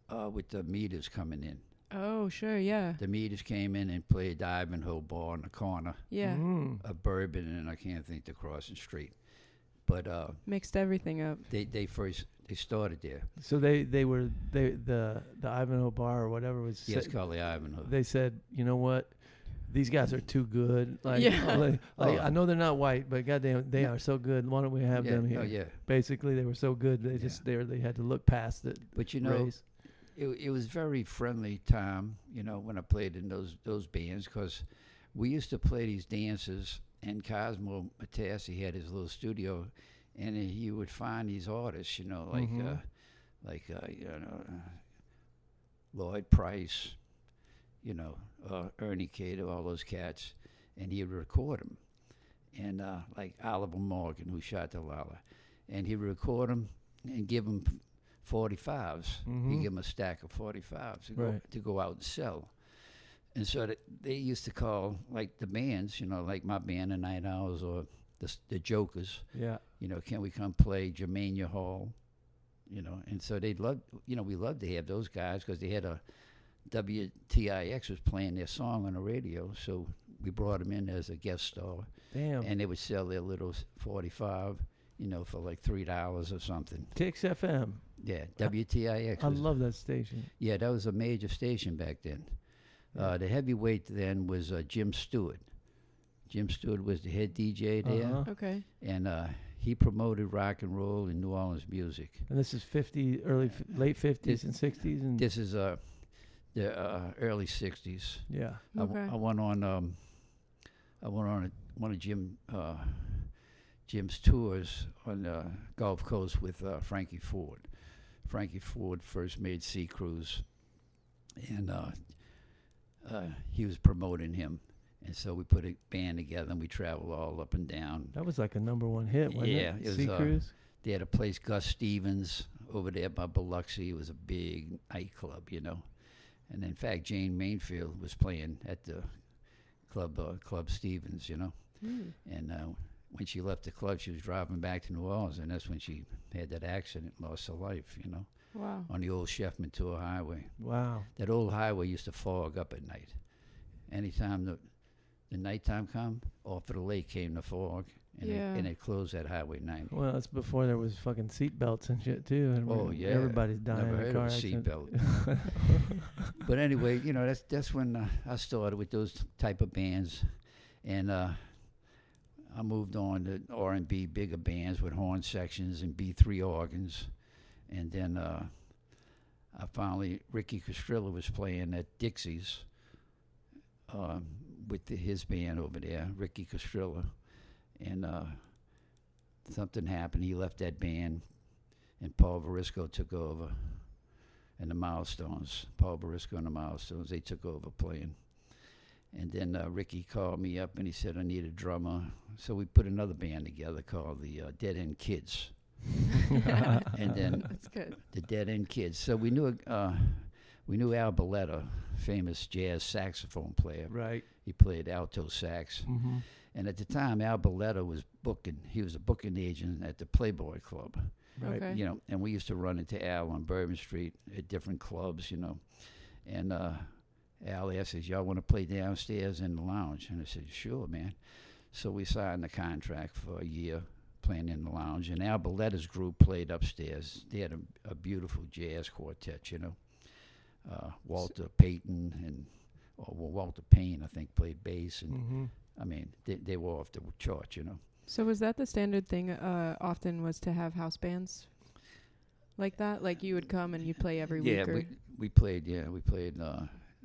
Speaker 4: uh, with the meters coming in.
Speaker 3: oh sure yeah
Speaker 4: The meters came in and played Ivanhoe Bar in the corner,
Speaker 3: yeah
Speaker 2: Mm.
Speaker 4: a bourbon, and I can't think the crossing street. But uh,
Speaker 3: mixed everything up.
Speaker 4: they, they first they started there.
Speaker 2: So they they were they the the Ivanhoe bar or whatever was.
Speaker 4: Yes,
Speaker 2: sa-
Speaker 4: Carly Ivanhoe.
Speaker 2: they said, you know what? These guys are too good. Like,
Speaker 3: Yeah.
Speaker 2: like, like,
Speaker 4: Oh.
Speaker 2: I know they're not white, but goddamn, they
Speaker 4: No.
Speaker 2: are so good. Why don't we have
Speaker 4: yeah,
Speaker 2: them here?
Speaker 4: Oh, yeah.
Speaker 2: Basically, they were so good. They
Speaker 4: Yeah.
Speaker 2: just there. They had to look past it.
Speaker 4: But you know,
Speaker 2: race.
Speaker 4: it, it was very friendly time, you know, when I played in those those bands because we used to play these dances, and Cosmo Matassi had his little studio, and he would find these artists, you know, like
Speaker 2: Mhm.
Speaker 4: uh, like uh, you know uh, Lloyd Price, you know, uh, Ernie Cato, all those cats, and he would record them, and uh, like Oliver Morgan who shot the Lala, and he would record them and give them. 45s he
Speaker 2: Mhm.
Speaker 4: give them a stack of 45s to, go,
Speaker 2: Right.
Speaker 4: to go out and sell. And so that they used to call, like the bands, you know, like my band, the Night Owls or the, s- the Jokers,
Speaker 2: Yeah.
Speaker 4: you know, can we come play Germania Hall? You know, and so they'd love, you know, we loved to have those guys because they had a WTIX was playing their song on the radio. So we brought them in as a guest star
Speaker 2: Damn.
Speaker 4: and they would sell their little s- 45, you know, for like $3 or something.
Speaker 2: Tix FM.
Speaker 4: Yeah, WTIX.
Speaker 2: I
Speaker 4: was-
Speaker 2: love that station.
Speaker 4: yeah, that was a major station back then. Uh, the heavyweight then was uh, Jim Stewart. Jim Stewart was the head DJ there,
Speaker 2: Uh-huh.
Speaker 3: Okay.
Speaker 4: and uh, he promoted rock and roll and New Orleans music.
Speaker 2: And this is 50, early, f- late 50s
Speaker 4: This-
Speaker 2: and 60s. And
Speaker 4: This is uh, the uh, early '60s.
Speaker 2: yeah.
Speaker 4: I w-
Speaker 3: Okay.
Speaker 4: I, went on. Um, I went on a, one of Jim uh, Jim's tours on the Gulf Coast with uh, Frankie Ford. Frankie Ford first made Sea Cruise, and uh, uh, he was promoting him, and so we put a band together and we traveled all up and down.
Speaker 2: That was like a number one hit, wasn't
Speaker 4: Yeah,
Speaker 2: it?
Speaker 4: it was,
Speaker 2: sea
Speaker 4: uh,
Speaker 2: Cruise.
Speaker 4: They had a place, Gus Stevens, over there by Biloxi. It was a big nightclub, you know. And in fact, Jane Mainfield was playing at the club, uh, Club Stevens, you know.
Speaker 3: Mm.
Speaker 4: And uh, when she left the club, she was driving back to New Orleans, and that's when she had that accident, and lost her life, you know, <laughs>
Speaker 3: Wow.
Speaker 4: on the old Chef Mature Highway.
Speaker 2: Wow.
Speaker 4: That old highway used to fog up at night. Anytime the the nighttime come, off of the lake came the fog, and,
Speaker 3: Yeah.
Speaker 4: it, and it closed that Highway 90.
Speaker 2: Well, that's before there was fucking seatbelts and shit, too. And
Speaker 4: Oh,
Speaker 2: we-
Speaker 4: yeah.
Speaker 2: Everybody's dying
Speaker 4: Never
Speaker 2: in a
Speaker 4: heard
Speaker 2: car
Speaker 4: of a
Speaker 2: accident.
Speaker 4: seatbelt.
Speaker 2: <laughs>
Speaker 4: but anyway, you know that's that's when uh, I started with those type of bands, and uh, I moved on to R and B bigger bands with horn sections and B three organs, and then uh, I finally Ricky Castrillo was playing at Dixie's um, with the, his band over there, Ricky Castrillo, and uh, something happened. He left that band, and Paul Varisco took over and the Milestones, Paul Barisco and the Milestones, they took over playing. And then uh, Ricky called me up and he said, I need a drummer. So we put another band together called the uh, Dead End Kids. and then
Speaker 3: <laughs> That's good.
Speaker 4: the Dead End Kids. So we knew uh, we knew Al Belletta, famous jazz saxophone player.
Speaker 2: Right.
Speaker 4: He played alto sax.
Speaker 2: Mm-hmm.
Speaker 4: And at the time, Al Belletta was booking. He was a booking agent at the Playboy Club
Speaker 2: Right.
Speaker 3: Okay.
Speaker 4: you know, and we used to run into Al on Bourbon Street at different clubs, you know. And uh, Al asked us, Y'all want to play downstairs in the lounge? And I said, Sure, man. So we signed the contract for a year playing in the lounge. And Al Belletta's group played upstairs. They had a, a beautiful jazz quartet, you know. Uh, Walter Payton and, or well, Walter Payne, I think, played bass. And
Speaker 2: Mm-hmm.
Speaker 4: I mean, they, they were off the chart, you know.
Speaker 3: So was that the standard thing uh often was to have house bands like that? Like you would come and you'd play every
Speaker 4: yeah,
Speaker 3: week or
Speaker 4: we, we played. Yeah, we played. Uh,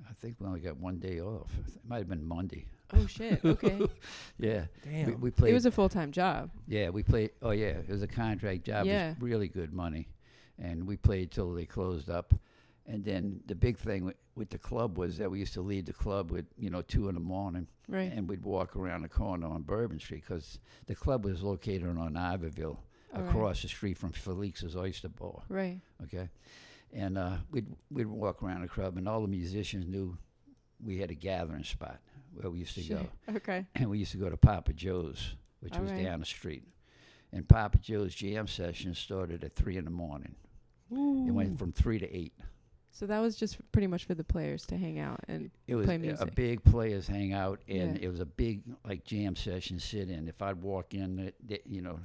Speaker 4: I think we only got one day off. It might have been Monday.
Speaker 3: Oh shit. Okay.
Speaker 4: Yeah,
Speaker 2: Damn.
Speaker 4: we, we <laughs> played.
Speaker 3: It was a full time job.
Speaker 4: yeah, we played. Oh yeah, it was a contract job. It was
Speaker 3: Yeah.
Speaker 4: really good money, and we played till they closed up, And then the big thing with, with the club was that we used to leave the club with you know two in the morning,
Speaker 3: Right.
Speaker 4: and we'd walk around the corner on Bourbon Street because the club was located on Iberville,
Speaker 3: All right.
Speaker 4: across the street from Felix's Oyster Bar.
Speaker 3: Right.
Speaker 4: Okay, and uh, we'd we'd walk around the club, and all the musicians knew we had a gathering spot where we used to
Speaker 3: Sure.
Speaker 4: go
Speaker 3: Okay.
Speaker 4: and we used to go to Papa Joe's, which
Speaker 3: All
Speaker 4: was
Speaker 3: right.
Speaker 4: down the street. And Papa Joe's jam session started at three in the morning. It went from three to eight.
Speaker 3: So that was just pretty much for the players to hang out and
Speaker 4: It was
Speaker 3: Play
Speaker 4: a- a
Speaker 3: music.
Speaker 4: big players hangout, and
Speaker 3: Yeah.
Speaker 4: it was a big like jam session sit in. If I'd walk in, th- th- you know,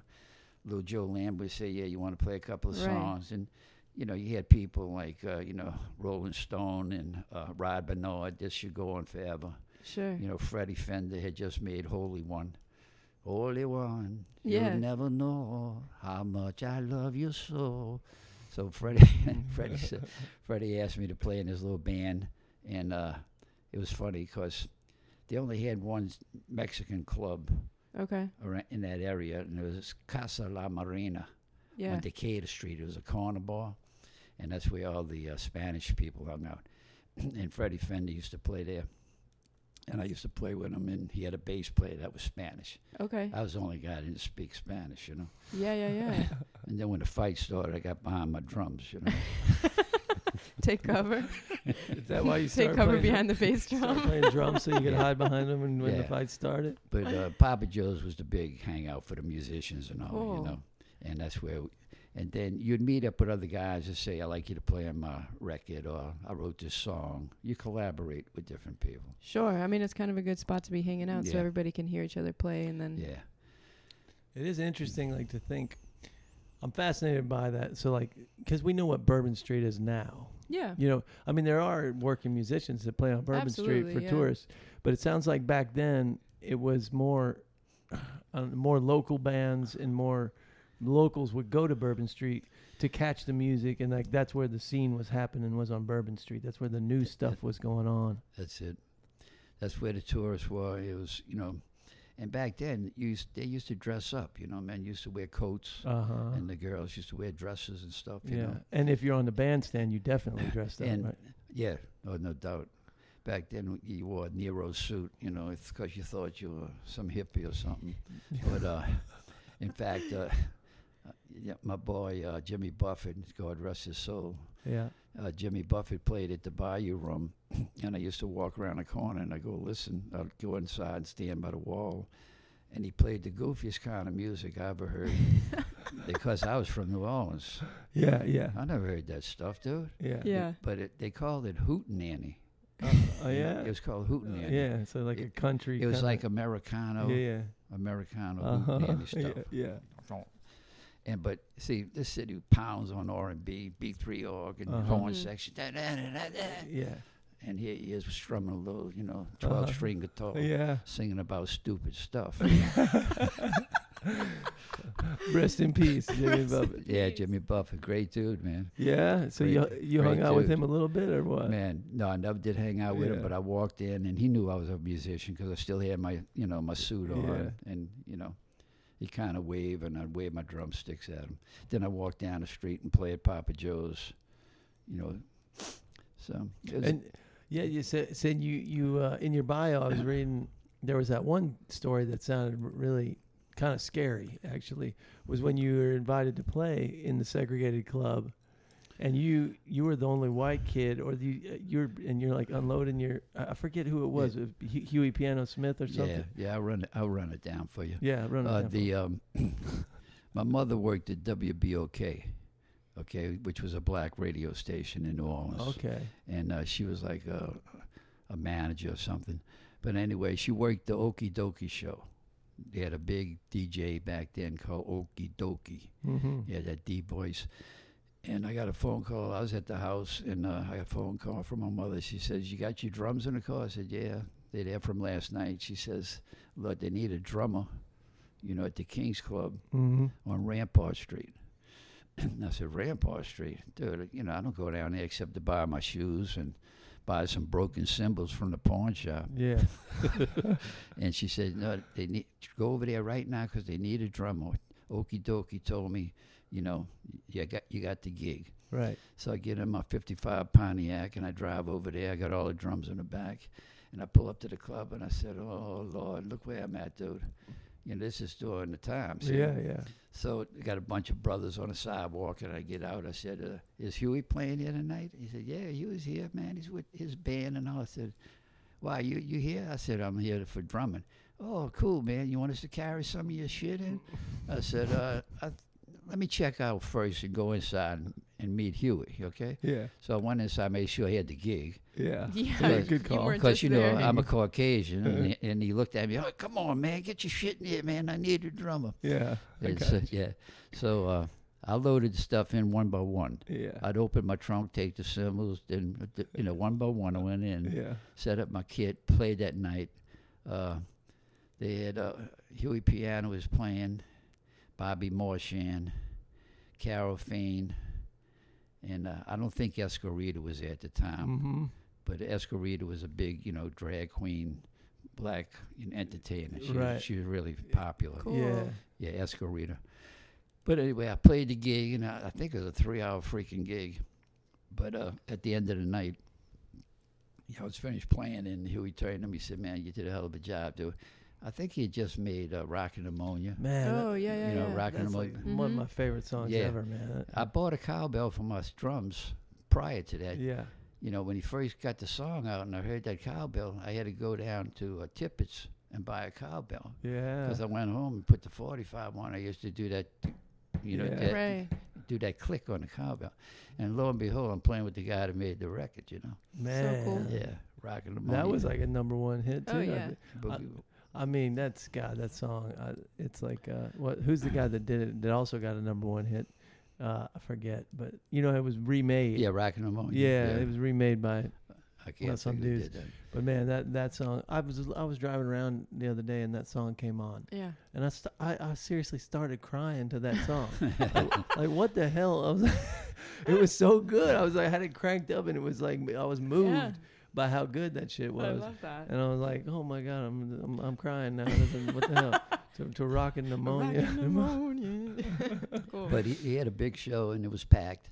Speaker 4: little Joe Lamb would say, "Yeah, you want to play a couple of
Speaker 3: Right.
Speaker 4: songs," and you know, you had people like uh, you know Rolling Stone and uh, Rod Bernard. This should go on forever.
Speaker 3: sure.
Speaker 4: you know, Freddie Fender had just made Holy One. Holy One,
Speaker 3: Yeah.
Speaker 4: you'll never know how much I love you so. So Freddie, <laughs> Freddie, said- Freddie asked me to play in his little band, and uh, it was funny because they only had one s- Mexican club
Speaker 3: Okay.
Speaker 4: around in that area, and it was Casa La Marina
Speaker 3: Yeah.
Speaker 4: on Decatur Street. It was a corner bar, and that's where all the uh, Spanish people hung out. <clears throat> and Freddie Fender used to play there, and I used to play with him. And he had a bass player that was Spanish.
Speaker 3: Okay.
Speaker 4: I was the only guy that didn't speak Spanish, you know.
Speaker 3: Yeah, yeah, yeah.
Speaker 4: <laughs> And then when the fight started, I got behind my drums,
Speaker 3: <laughs>
Speaker 4: you know.
Speaker 3: Take cover.
Speaker 2: Is that why you
Speaker 3: Take
Speaker 2: started
Speaker 3: cover
Speaker 2: playing,
Speaker 3: behind the bass
Speaker 2: started
Speaker 3: drum.
Speaker 2: playing drums so you could
Speaker 4: <laughs> Yeah.
Speaker 2: hide behind them and when the
Speaker 4: Yeah.
Speaker 2: fight started?
Speaker 4: but uh, Papa Joe's was the big hangout for the musicians and all,
Speaker 3: Cool.
Speaker 4: you know. And that's where. We, and then you'd meet up with other guys and say, "I like you to play on my record," or "I wrote this song." You collaborate with different people.
Speaker 3: Sure. I mean, it's kind of a good spot to be hanging out so
Speaker 4: Yeah.
Speaker 3: everybody can hear each other play and then
Speaker 4: Yeah.
Speaker 2: It is interesting, like to think. I'm fascinated by that. So, like, because we know what Bourbon Street is now.
Speaker 3: Yeah.
Speaker 2: You know, I mean, there are working musicians that play on Bourbon Street
Speaker 3: Absolutely,
Speaker 2: for
Speaker 3: yeah.
Speaker 2: tourists, but it sounds like back then it was more, uh, more local bands and more locals would go to Bourbon Street to catch the music, and like that's where the scene was happening was on Bourbon Street. That's where the new stuff was going on.
Speaker 4: That's it. That's where the tourists were. It was, you know, and back then, you used, they used to dress up. You know, men used to wear coats,
Speaker 2: Uh huh.
Speaker 3: Uh-huh.
Speaker 4: and the girls used to wear dresses and stuff. You
Speaker 2: Yeah,
Speaker 4: know,
Speaker 2: and if you're on the bandstand, you definitely dressed up,
Speaker 4: And-
Speaker 2: right?
Speaker 4: yeah, oh, no doubt. Back then, you wore a Nero suit. You know, it's because you thought you were some hippie or something. but uh, in fact, uh, <laughs> yeah, my boy uh, Jimmy Buffett, God rest his soul,
Speaker 2: Yeah.
Speaker 4: uh, Jimmy Buffett played at the Bayou Room, <clears throat> and I used to walk around the corner and I go listen. I'd go inside and stand by the wall, and he played the goofiest kind of music I ever heard because I was from New Orleans.
Speaker 2: Yeah, yeah,
Speaker 4: I never heard that stuff, dude.
Speaker 2: yeah,
Speaker 3: Yeah.
Speaker 4: But it, they called it hootenanny.
Speaker 2: Uh,
Speaker 4: <laughs>
Speaker 2: uh, yeah,
Speaker 4: It was called hootenanny.
Speaker 2: yeah. So like
Speaker 4: It-
Speaker 2: a country.
Speaker 4: It was
Speaker 2: kinda-
Speaker 4: like Americano,
Speaker 2: yeah,
Speaker 4: Americano
Speaker 2: yeah, uh-huh, <laughs>
Speaker 4: hootenanny
Speaker 2: yeah,
Speaker 4: stuff.
Speaker 2: yeah.
Speaker 4: And but see, this city pounds on R and B, B three org, and
Speaker 2: Uh-huh.
Speaker 4: horn
Speaker 3: Mhm.
Speaker 4: section. Da, da, da, da, da.
Speaker 2: Yeah,
Speaker 4: and here he is strumming a little, you know,
Speaker 2: Uh-huh.
Speaker 4: 12 string guitar, <laughs>
Speaker 2: yeah.
Speaker 4: singing about stupid stuff.
Speaker 2: <laughs> Rest in peace, Jimmy
Speaker 3: Rest in-
Speaker 2: Buffett.
Speaker 4: yeah, Jimmy Buffett, great dude, man.
Speaker 2: Yeah. So you
Speaker 4: Great-
Speaker 2: you hung
Speaker 4: great
Speaker 2: out with
Speaker 4: dude.
Speaker 2: him a little bit or what?
Speaker 4: Man, no, I never did hang out with
Speaker 2: Yeah.
Speaker 4: him, but I walked in and he knew I was a musician because I still had my, you know, my suit on, and you know, he kind of waved and I'd wave my drumsticks at him. Then I walked down the street and played Papa Joe's, you know. So it was,
Speaker 2: And yeah, you said said you you uh, in your bio I
Speaker 4: <clears throat>
Speaker 2: was reading there was that one story that sounded r- really kind of scary actually was when you were invited to play in the segregated club and you you were the only white kid or uh, you you're and you're like unloading your I I forget who it was it was Hu- Huey Piano Smith or
Speaker 4: yeah,
Speaker 2: something
Speaker 4: yeah, I'll run it. I'll run it down for you.
Speaker 2: yeah, run it
Speaker 4: Uh,
Speaker 2: down for me.
Speaker 4: the um, <coughs> my mother worked at WBOK, okay, which was a black radio station in New Orleans,
Speaker 2: okay
Speaker 4: and uh, she was like a, a manager or something. But anyway, she worked the Okie Dokie show. They had a big DJ back then called Okie Dokie.
Speaker 2: mm-hmm.
Speaker 4: He had that deep voice. And I got a phone call. I was at the house, and uh, I got a phone call from my mother. She says, "You got your drums in the car?" I said, "Yeah, they're there from last night." She says, "Look, they need a drummer, you know, at the Kings Club
Speaker 2: hmm
Speaker 4: on Rampart Street." <clears throat> And I said, "Rampart Street, dude. You know, I don't go down there except to buy my shoes and buy some broken cymbals from the pawn shop."
Speaker 2: yeah
Speaker 4: And she said, "No, they need go over there right now because they need a drummer." Okie dokie told me, you know, you got you got the gig. <laughs>
Speaker 2: Right.
Speaker 4: So I get in my 55 Pontiac and I drive over there. I got all the drums in the back. And I pull up to the club and I said, Oh, Lord, look where I'm at, dude. You know, this is during the times. you
Speaker 2: Yeah,
Speaker 4: know.
Speaker 2: yeah.
Speaker 4: So I got a bunch of brothers on the sidewalk and I get out. I said, uh, Is Huey playing here tonight? He said, Yeah, Huey's here, man. He's with his band and all. I said, Why, you, you here? I said, I'm here for drumming. Oh, cool, man. You want us to carry some of your
Speaker 3: <laughs>
Speaker 4: shit in? I said, uh, I th- Let me check out first and go inside and, and meet Huey, okay?
Speaker 2: Yeah.
Speaker 4: So I went inside, made sure he had the gig.
Speaker 2: Yeah.
Speaker 3: Yeah,
Speaker 4: Yeah,
Speaker 2: good call.
Speaker 3: weren't
Speaker 4: Because
Speaker 3: just
Speaker 4: you know
Speaker 3: there. Uh-huh.
Speaker 4: I'm a Caucasian, and, he, and he looked at me. Oh, come on, man, get your shit in here, man. I need a drummer.
Speaker 2: Yeah.
Speaker 4: And
Speaker 2: Okay.
Speaker 4: so- uh, yeah. So uh, I loaded the stuff in one by one.
Speaker 2: Yeah.
Speaker 4: I'd open my trunk, take the cymbals, then uh, you know one by one. I went in,
Speaker 2: yeah.
Speaker 4: set up my kit, played that night. Uh, they had uh, Huey Piano was playing, Bobby Morshan, Carol Fain, and uh, I don't think Escorita was there at the time
Speaker 2: Mm-hmm.
Speaker 4: but Escorita was a big, you know, drag queen, black and entertainer. She,
Speaker 2: Right.
Speaker 4: was, she was really popular.
Speaker 3: Cool.
Speaker 2: Yeah.
Speaker 4: Yeah, Escorita. But anyway, I played the gig, and I, I think it was a three-hour freaking gig. But uh, at the end of the night, you know, I was finished playing, and Huey turned to me and said, "Man, you did a hell of a job, dude." I think he had just made uh, "Rockin' Ammonia."
Speaker 2: Man.
Speaker 3: oh
Speaker 2: that-
Speaker 3: yeah, yeah,
Speaker 4: you know,
Speaker 3: yeah.
Speaker 4: rock- Rockin'
Speaker 2: that's like
Speaker 4: Ammonia.
Speaker 2: one of
Speaker 3: Mhm.
Speaker 2: my favorite songs
Speaker 4: Yeah.
Speaker 2: ever, man. That-
Speaker 4: I bought a cowbell for my drums prior to that.
Speaker 2: yeah.
Speaker 4: you know, when he first got the song out and I heard that cowbell, I had to go down to uh, Tippett's and buy a cowbell
Speaker 2: Yeah.
Speaker 4: because I went home and put the 45 on. I used to do that, you know,
Speaker 2: Yeah.
Speaker 4: that,
Speaker 3: right.
Speaker 4: do that click on the cowbell. And lo and behold, I'm playing with the guy that made the record, you know.
Speaker 2: Man.
Speaker 3: cool.
Speaker 4: Yeah, rocking the
Speaker 2: Uh-huh. That was like uh, a number one hit too.
Speaker 3: Oh,
Speaker 2: I
Speaker 3: yeah.
Speaker 2: thi-
Speaker 4: But
Speaker 2: I-
Speaker 4: we-
Speaker 2: I mean, that's God. That song. I, it's like, uh, what? Who's the guy that did it? That also got a number one hit. Uh, I forget, but you know, it was remade.
Speaker 4: yeah, rocking the moon.
Speaker 2: Yeah, it was remade by.
Speaker 4: I can't
Speaker 2: well, some
Speaker 4: think who
Speaker 2: dudes.
Speaker 4: did that.
Speaker 2: But man, that that song. I was I was driving around the other day, and that song came on,
Speaker 3: Yeah.
Speaker 2: and I st- I, I seriously started crying to that song. like, like, what the hell? I was. Like, <laughs> it was so good. I was like, I had it cranked up, and it was like I was moved
Speaker 3: Yeah.
Speaker 2: by how good that shit
Speaker 3: I
Speaker 2: was.
Speaker 3: love that.
Speaker 2: And I was like, "Oh my god, I'm I'm, I'm crying now. This is- what the
Speaker 3: <laughs>
Speaker 2: hell? To, to rockin' pneumonia." <laughs>
Speaker 3: Rockin' pneumonia. <laughs> cool.
Speaker 4: But he, he had a big show and it was packed.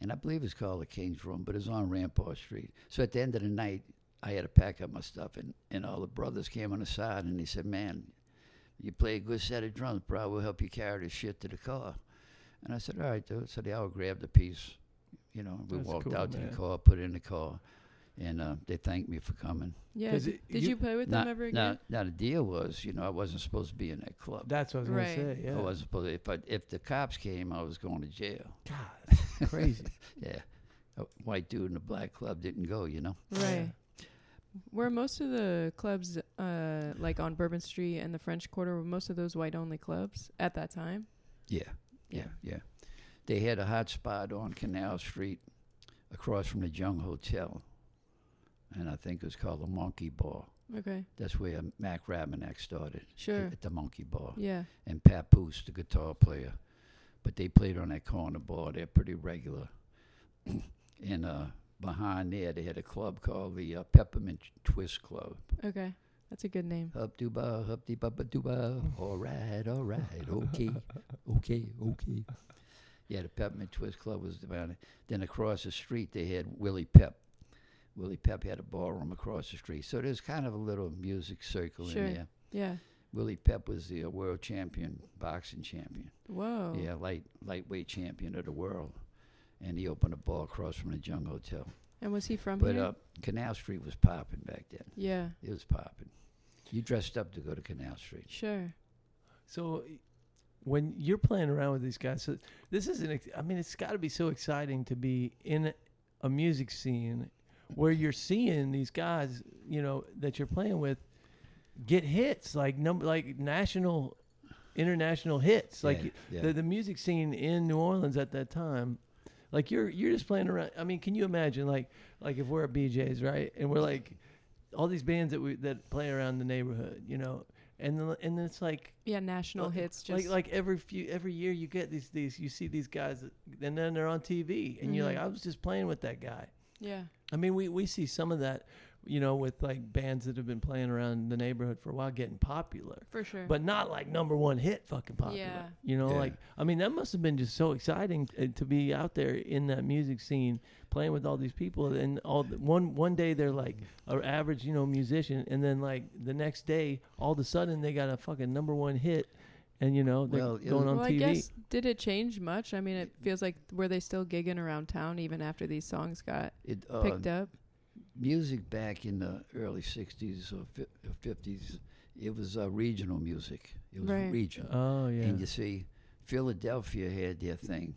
Speaker 4: And I believe it's called the King's Room, but it's on Rampart Street. So at the end of the night, I had to pack up my stuff, and, and all the brothers came on the side and they said, Man, you play a good set of drums, bro. We'll help you carry this shit to the car. And I said, All right, dude. So they all grabbed a piece, you know, we
Speaker 2: That's
Speaker 4: walked
Speaker 2: cool,
Speaker 4: out to
Speaker 2: man.
Speaker 4: the car, put it in the car, and uh, they thanked me for coming.
Speaker 3: yeah.
Speaker 2: 'Cause
Speaker 3: Did,
Speaker 2: it-
Speaker 3: did
Speaker 2: you-
Speaker 3: you, play with them
Speaker 4: Now-
Speaker 3: ever
Speaker 4: now-
Speaker 3: again?
Speaker 4: now, the deal was, you know, I wasn't supposed to be in that club.
Speaker 2: That's what I was
Speaker 3: Right.
Speaker 2: gonna say. Yeah.
Speaker 4: I wasn't supposed to, if, I, if the cops came, I was going to jail.
Speaker 2: God, it's crazy.
Speaker 4: Yeah. A white dude in a black club didn't go, you know?
Speaker 3: Right. Were most of the clubs, uh, like on Bourbon Street and the French Quarter, were most of those white only clubs at that time?
Speaker 4: Yeah. Yeah. Yeah. They had a hot spot on Canal Street across from the Jung Hotel. And I think it was called the Monkey Bar.
Speaker 3: Okay.
Speaker 4: That's where Mac Rabinac started.
Speaker 3: Sure.
Speaker 4: At the Monkey Bar.
Speaker 3: Yeah.
Speaker 4: And Papoose, the guitar player. But they played on that corner bar. They're pretty regular. <clears throat> and uh, behind there, they had a club called the uh, Peppermint Twist Club.
Speaker 3: Okay. That's a good name.
Speaker 4: Up Duba, up dee ba duba. All right, all right, okay, okay, okay. Yeah, the Peppermint Twist Club was about it. Then across the street they had Willie Pep. Willie Pep had a ballroom across the street, so there's kind of a little music circle
Speaker 3: Sure.
Speaker 4: in there.
Speaker 3: Yeah.
Speaker 4: Willie Pep was the uh, world champion, boxing champion.
Speaker 3: Whoa.
Speaker 4: Yeah, light lightweight champion of the world, and he opened a bar across from the Jung Hotel.
Speaker 3: And was he from
Speaker 4: but
Speaker 3: here?
Speaker 4: uh, Canal Street was popping back then.
Speaker 3: yeah.
Speaker 4: It was popping. You dressed up to go to Canal Street.
Speaker 3: Sure.
Speaker 2: So, when you're playing around with these guys, so this is an. ex- I mean, it's got to be so exciting to be in a music scene where you're seeing these guys, you know, that you're playing with, get hits like number like national, international hits. Like
Speaker 4: Yeah, yeah.
Speaker 2: the the music scene in New Orleans at that time. Like you're you're just playing around. I mean, can you imagine like like if we're at BJ's right and we're like all these bands that we that play around the neighborhood, you know, and the, and then it's like
Speaker 3: Yeah. National
Speaker 2: like-
Speaker 3: hits. Just
Speaker 2: like like every few every year you get these these you see these guys that- and then they're on TV and you're like
Speaker 3: Mhm.
Speaker 2: I was just playing with that guy.
Speaker 3: yeah.
Speaker 2: I mean we we see some of that you know, with like bands that have been playing around the neighborhood for a while getting popular,
Speaker 3: for sure.
Speaker 2: but not like number one hit fucking popular.
Speaker 3: Yeah.
Speaker 2: You know,
Speaker 4: Yeah.
Speaker 2: like I mean, that must have been just so exciting uh, to be out there in that music scene playing with all these people, and all the, one one day they're like an average, you know, musician, and then like the next day, all of a sudden they got a fucking number one hit, and you know they're
Speaker 4: Well, it-
Speaker 2: going on
Speaker 3: well,
Speaker 2: TV.
Speaker 3: I guess did it change much? I mean, it feels like were they still gigging around town even after these songs got
Speaker 4: It, uh,
Speaker 3: picked up?
Speaker 4: music back in the early 60s or fif- or 50s, it was uh, regional music. It was
Speaker 3: Right.
Speaker 4: regional.
Speaker 2: Oh yeah.
Speaker 4: And you see, Philadelphia had their thing,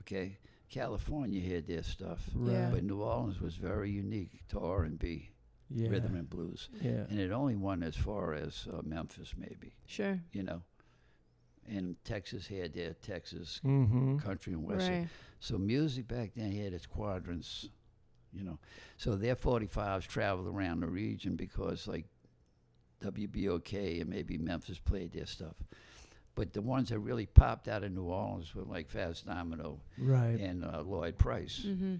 Speaker 4: okay? California had their stuff.
Speaker 3: Yeah.
Speaker 4: But New Orleans was very unique to R&B,
Speaker 2: yeah.
Speaker 4: rhythm and blues.
Speaker 2: Yeah.
Speaker 4: And it only went as far as uh, Memphis, maybe,
Speaker 3: Sure.
Speaker 4: you know? And Texas had their Texas
Speaker 2: Mm-hmm.
Speaker 4: country and western.
Speaker 3: Right.
Speaker 4: So music back then had its quadrants, you know. So their 45s traveled around the region because like WBOK and maybe Memphis played their stuff. But the ones that really popped out of New Orleans were like Fast Domino
Speaker 2: Right.
Speaker 4: and uh, Lloyd Price.
Speaker 3: Mm-hmm.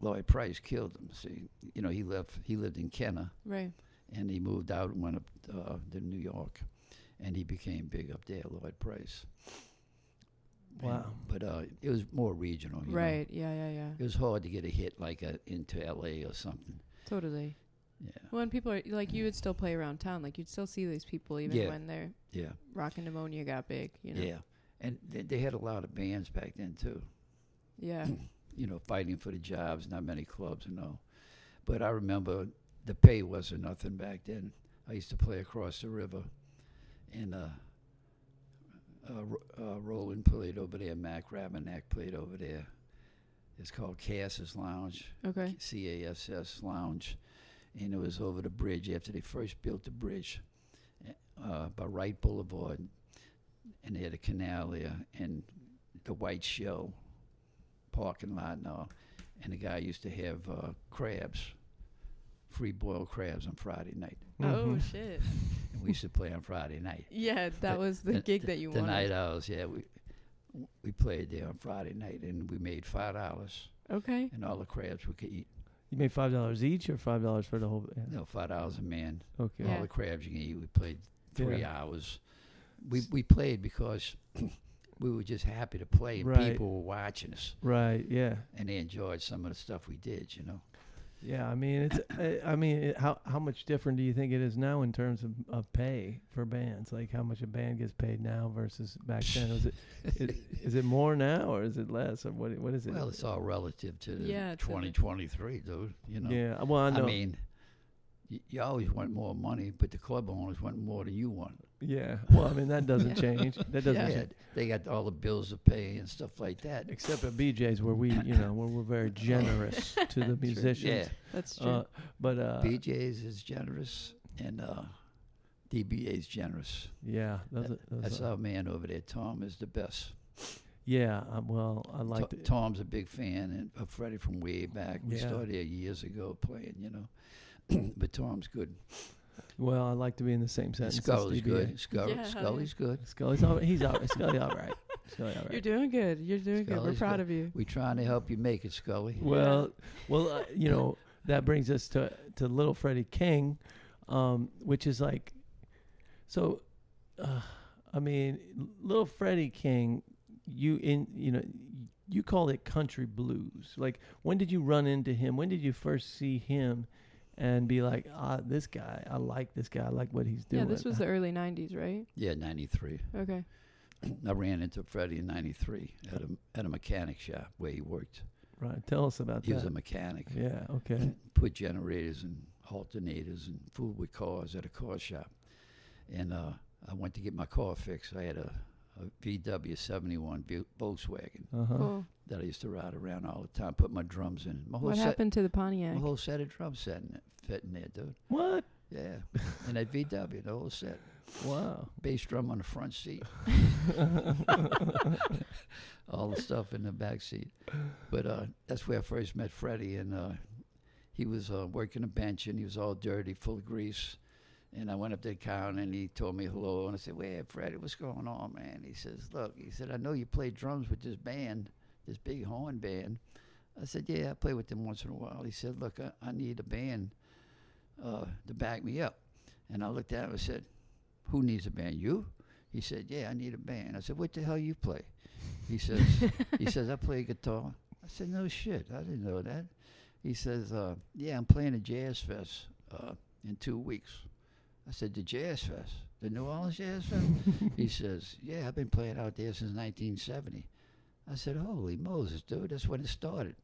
Speaker 4: Lloyd Price killed them. See, you know, he left. He lived in Kenner
Speaker 3: Right.
Speaker 4: and he moved out and went up uh, to New York, and he became big up there, Lloyd Price. And-
Speaker 2: Wow.
Speaker 4: but uh, it was more regional. You Know?
Speaker 3: Right. Yeah. Yeah. Yeah.
Speaker 4: It was hard to get a hit like a, into LA or something.
Speaker 3: Totally.
Speaker 4: Yeah,
Speaker 3: Well, and people are like, you would still play around town. Like, you'd still see these people even
Speaker 4: Yeah.
Speaker 3: when they're
Speaker 4: yeah,
Speaker 3: rockin' pneumonia got big. You know.
Speaker 4: yeah. And they, they had a lot of bands back then too. <laughs>
Speaker 3: Yeah.
Speaker 4: You know, fighting for the jobs. Not many clubs, you know. But I remember the pay wasn't nothing back then. I used to play across the river, and uh, uh, Ro- uh, Roland played over there. Mac Rabinac played over there. It's called Cass's Lounge.
Speaker 3: Okay.
Speaker 4: CASS Lounge, and it was over the bridge after they first built the bridge uh, by Wright Boulevard, and they had a canal there and the White Shell parking lot and all. And the guy used to have uh, crabs, free boiled crabs on Friday night,
Speaker 3: Oh
Speaker 2: Mhm.
Speaker 3: shit.
Speaker 4: and we used to play on Friday night.
Speaker 3: Yeah, that
Speaker 4: The-
Speaker 3: was <laughs> the,
Speaker 4: the-
Speaker 3: gig that you
Speaker 4: The
Speaker 3: wanted.
Speaker 4: night owls, yeah, we we played there on Friday night, and we made five dollars,
Speaker 3: Okay.
Speaker 4: and all the crabs we could eat.
Speaker 2: You made five dollars each, or five dollars for the whole. Yeah.
Speaker 4: No, five dollars a man.
Speaker 2: Okay.
Speaker 3: Yeah.
Speaker 4: all the crabs you can eat. We played three
Speaker 2: Yeah.
Speaker 4: hours. We we played because <coughs> we were just happy to play, and
Speaker 2: Right.
Speaker 4: people were watching us,
Speaker 2: Right. Yeah.
Speaker 4: and they enjoyed some of the stuff we did. You know,
Speaker 2: Yeah. I mean, it's. <coughs> eh, I- I mean, it, how how much different do you think it is now in terms of, of pay for bands? Like how much a band gets paid now versus back then? Is <laughs> it is, is it more now or is it less or what what is it?
Speaker 4: <laughs> well, it's all relative to the
Speaker 3: Yeah, to the-
Speaker 4: 2023, dude. You know,
Speaker 2: yeah. Well, I know.
Speaker 4: mean, y- you always want more money, but the club owners want more than you want.
Speaker 2: yeah. Well, I mean that doesn't change. That doesn't.
Speaker 4: <laughs> Yeah,
Speaker 2: change.
Speaker 4: they got all the bills to pay and stuff like that.
Speaker 2: Except at BJ's where we, you know, where we're
Speaker 4: Oh,
Speaker 2: very generous to
Speaker 4: <laughs>
Speaker 2: the
Speaker 4: Yeah,
Speaker 2: musicians.
Speaker 3: That's true.
Speaker 2: Uh, but uh,
Speaker 4: BJ's is generous and uh, DBA's generous.
Speaker 2: yeah, those are- those
Speaker 4: That's
Speaker 2: are-
Speaker 4: our man over there. Tom is the best.
Speaker 2: yeah. Um, well, I like
Speaker 4: To-
Speaker 2: it.
Speaker 4: Tom's a big fan and of Freddie from way back. We
Speaker 2: Yeah.
Speaker 4: started here years ago playing,
Speaker 2: <clears throat>
Speaker 4: you know. but Tom's good.
Speaker 2: Well, I like to be in the same
Speaker 4: And
Speaker 2: sentence. as
Speaker 4: Scully's
Speaker 2: DBA.
Speaker 4: good. Scull,
Speaker 3: Yeah, hell
Speaker 4: Scully's good.
Speaker 2: Scully's all right. He's all right. Scully, all right. Scully, all
Speaker 3: <laughs> You're
Speaker 2: right.
Speaker 3: doing good. You're doing good. We're
Speaker 4: Scully's
Speaker 3: proud
Speaker 4: good.
Speaker 3: of you.
Speaker 4: We trying to help you make it, Scully.
Speaker 2: Well, well, uh, you know that brings us to to Little Freddie King, um, which is like, so, uh, I mean, Little Freddie King, you in you know you call it country blues. Like, when did you run into him? When did you first see him? And be like, ah, this guy. I like this guy. I like what he's
Speaker 3: Yeah,
Speaker 2: doing.
Speaker 3: this was the early '90s, right?
Speaker 4: Yeah, 93.
Speaker 3: Okay.
Speaker 4: I ran into Freddie in 93 at a, at a mechanic shop where he worked.
Speaker 2: right. Tell us about
Speaker 4: He was a
Speaker 2: that.
Speaker 4: mechanic.
Speaker 2: yeah. Okay.
Speaker 4: put generators and alternators and fooled with cars at a car shop. And uh, I went to get my car fixed. I had a, a VW 71 Bu- Volkswagen
Speaker 2: Uh huh.
Speaker 3: Cool.
Speaker 4: that I used to ride around all the time, put my drums in. My whole
Speaker 3: What
Speaker 4: set,
Speaker 3: happened to the Pontiac?
Speaker 4: My whole set of drums set in it, fit in there, dude.
Speaker 2: What?
Speaker 4: Yeah. and that VW, the whole set.
Speaker 2: Wow.
Speaker 4: Bass drum on the front seat, <laughs> all the stuff in the back seat. But uh, that's where I first met Freddie, and uh, he was uh, working a bench, and he was all dirty, full of grease. And I went up to the counter, and he told me hello, and I said, "Well, Freddie, what's going on, man?" He says, "Look," he said, "I know you play drums with this band, this big horn band." I said, "Yeah, I play with them once in a while." He said, "Look, I, I need a band uh, to back me up. And I looked at him and said, Who needs a band? You? He said, Yeah, I need a band. I said, What the hell you play? He says, He says, I play guitar. I said, No shit. I didn't know that. He says, uh, Yeah, I'm playing a jazz fest uh, in two weeks. I said, The jazz fest? The New Orleans Jazz Fest? he says, Yeah, I've been playing out there since 1970. I said, Holy Moses, dude, that's when it started.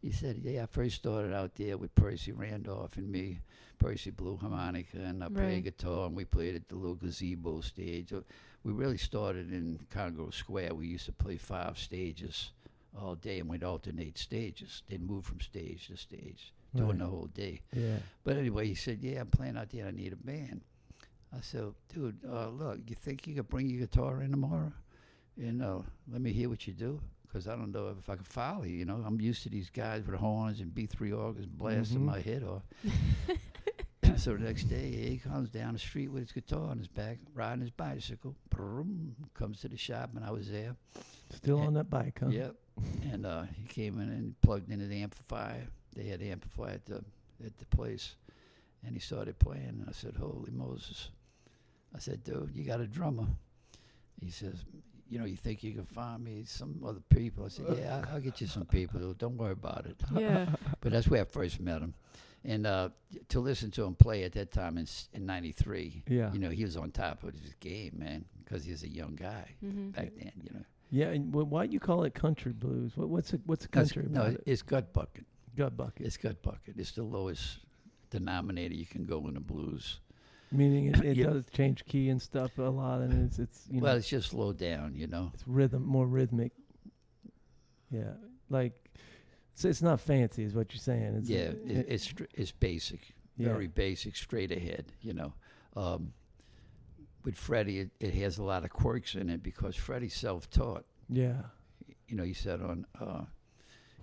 Speaker 4: He said, Yeah, I first started out there with Percy Randolph and me. Percy blew harmonica and I
Speaker 3: Right.
Speaker 4: played guitar and we played at the little gazebo stage. Uh, We really started in Congo Square. We used to play five stages all day and we'd alternate stages. They'd move from stage to stage
Speaker 2: Right.
Speaker 4: during the whole day.
Speaker 2: Yeah.
Speaker 4: But anyway, he said, "Yeah, I'm playing out there. I need a band." I said, "Dude, uh, look, you think you could bring your guitar in tomorrow, and uh, let me hear what you do? Because I don't know if I can follow you. You know, I'm used to these guys with horns and B3 organs blasting
Speaker 2: Mhm.
Speaker 4: my head off." <clears throat> so the next day, he comes down the street with his guitar on his back, riding his bicycle. Brum, comes to the shop, and I was there.
Speaker 2: Still
Speaker 4: Yeah.
Speaker 2: on that bike, huh?
Speaker 4: Yep. And uh, he came in and plugged into the amplifier. They had the amplifier at the at the place, and he started playing. And I said, "Holy Moses!" I said, "Dude, you got a drummer." He says, "You know, you think you can find me some other people?" I said,
Speaker 2: Uh.
Speaker 4: "Yeah, I'll, I'll get you some people. Don't worry about it."
Speaker 2: <laughs>
Speaker 3: <laughs> yeah.
Speaker 4: But that's where I first met him, and uh, to listen to him play at that time in s- in '93.
Speaker 2: Yeah.
Speaker 4: You know, he was on top of his game, man, because he was a young guy
Speaker 2: Mm-hmm.
Speaker 3: hmm
Speaker 4: back then. You know,
Speaker 2: Yeah. And wh- why do you call it country blues? What, what's it, what's
Speaker 4: That's-
Speaker 2: country
Speaker 4: no,
Speaker 2: about it?
Speaker 4: it's gut bucket.
Speaker 2: Gut bucket.
Speaker 4: It's gut bucket. It's the lowest denominator you can go in the blues.
Speaker 2: Meaning it, it
Speaker 4: yeah.
Speaker 2: does change key and stuff a lot, and it's it's you know
Speaker 4: well, it's just slow down, you know.
Speaker 2: it's rhythm more rhythmic. Yeah, like it's, it's not fancy, is what you're saying. It's,
Speaker 4: yeah,
Speaker 2: it-
Speaker 4: it, it's str- it's basic,
Speaker 2: yeah.
Speaker 4: very basic, straight ahead, you know. Um, with Freddie, it, it has a lot of quirks in it because Freddie's self-taught.
Speaker 2: yeah.
Speaker 4: You know, he said on uh,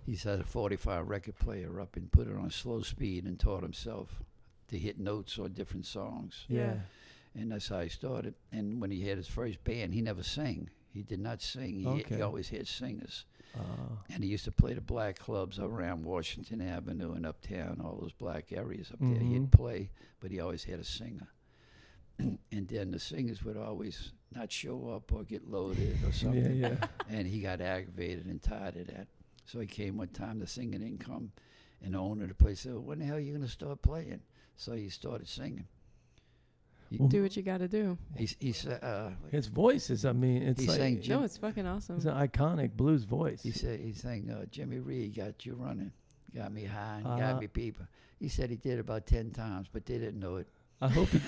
Speaker 4: he's had a 45 record player up and put it on slow speed and taught himself to hit notes on different songs.
Speaker 2: Yeah.
Speaker 3: Yeah.
Speaker 4: and that's how he started. And when he had his first band, he never sang. He did not sing. He,
Speaker 2: Okay.
Speaker 4: he always had singers.
Speaker 2: Uh,
Speaker 4: And he used to play the black clubs around Washington Avenue and uptown, all those black areas up there.
Speaker 2: Mhm.
Speaker 4: He'd play, but he always had a singer. <clears throat> and then the singers would always not show up or get loaded or something
Speaker 2: <laughs> yeah, yeah,
Speaker 4: <laughs> and he got aggravated and tired of that. So he came one time to sing an income, and the owner of the place said, "When the hell are you going to start playing?" So he started singing. He,
Speaker 2: Well,
Speaker 3: Do what you got to do.
Speaker 4: he, he said, uh,
Speaker 2: His voices, I mean, it's
Speaker 4: He
Speaker 2: like
Speaker 4: sang Jim-
Speaker 3: No, it's fucking awesome.
Speaker 2: it's
Speaker 3: <laughs>
Speaker 2: an iconic blues voice.
Speaker 4: "He said he sang uh, Jimmy Reed got you running, got me high, and
Speaker 2: Uh-huh.
Speaker 4: got me people." He said he did about ten times, but they didn't know it.
Speaker 2: I hope.
Speaker 4: <laughs>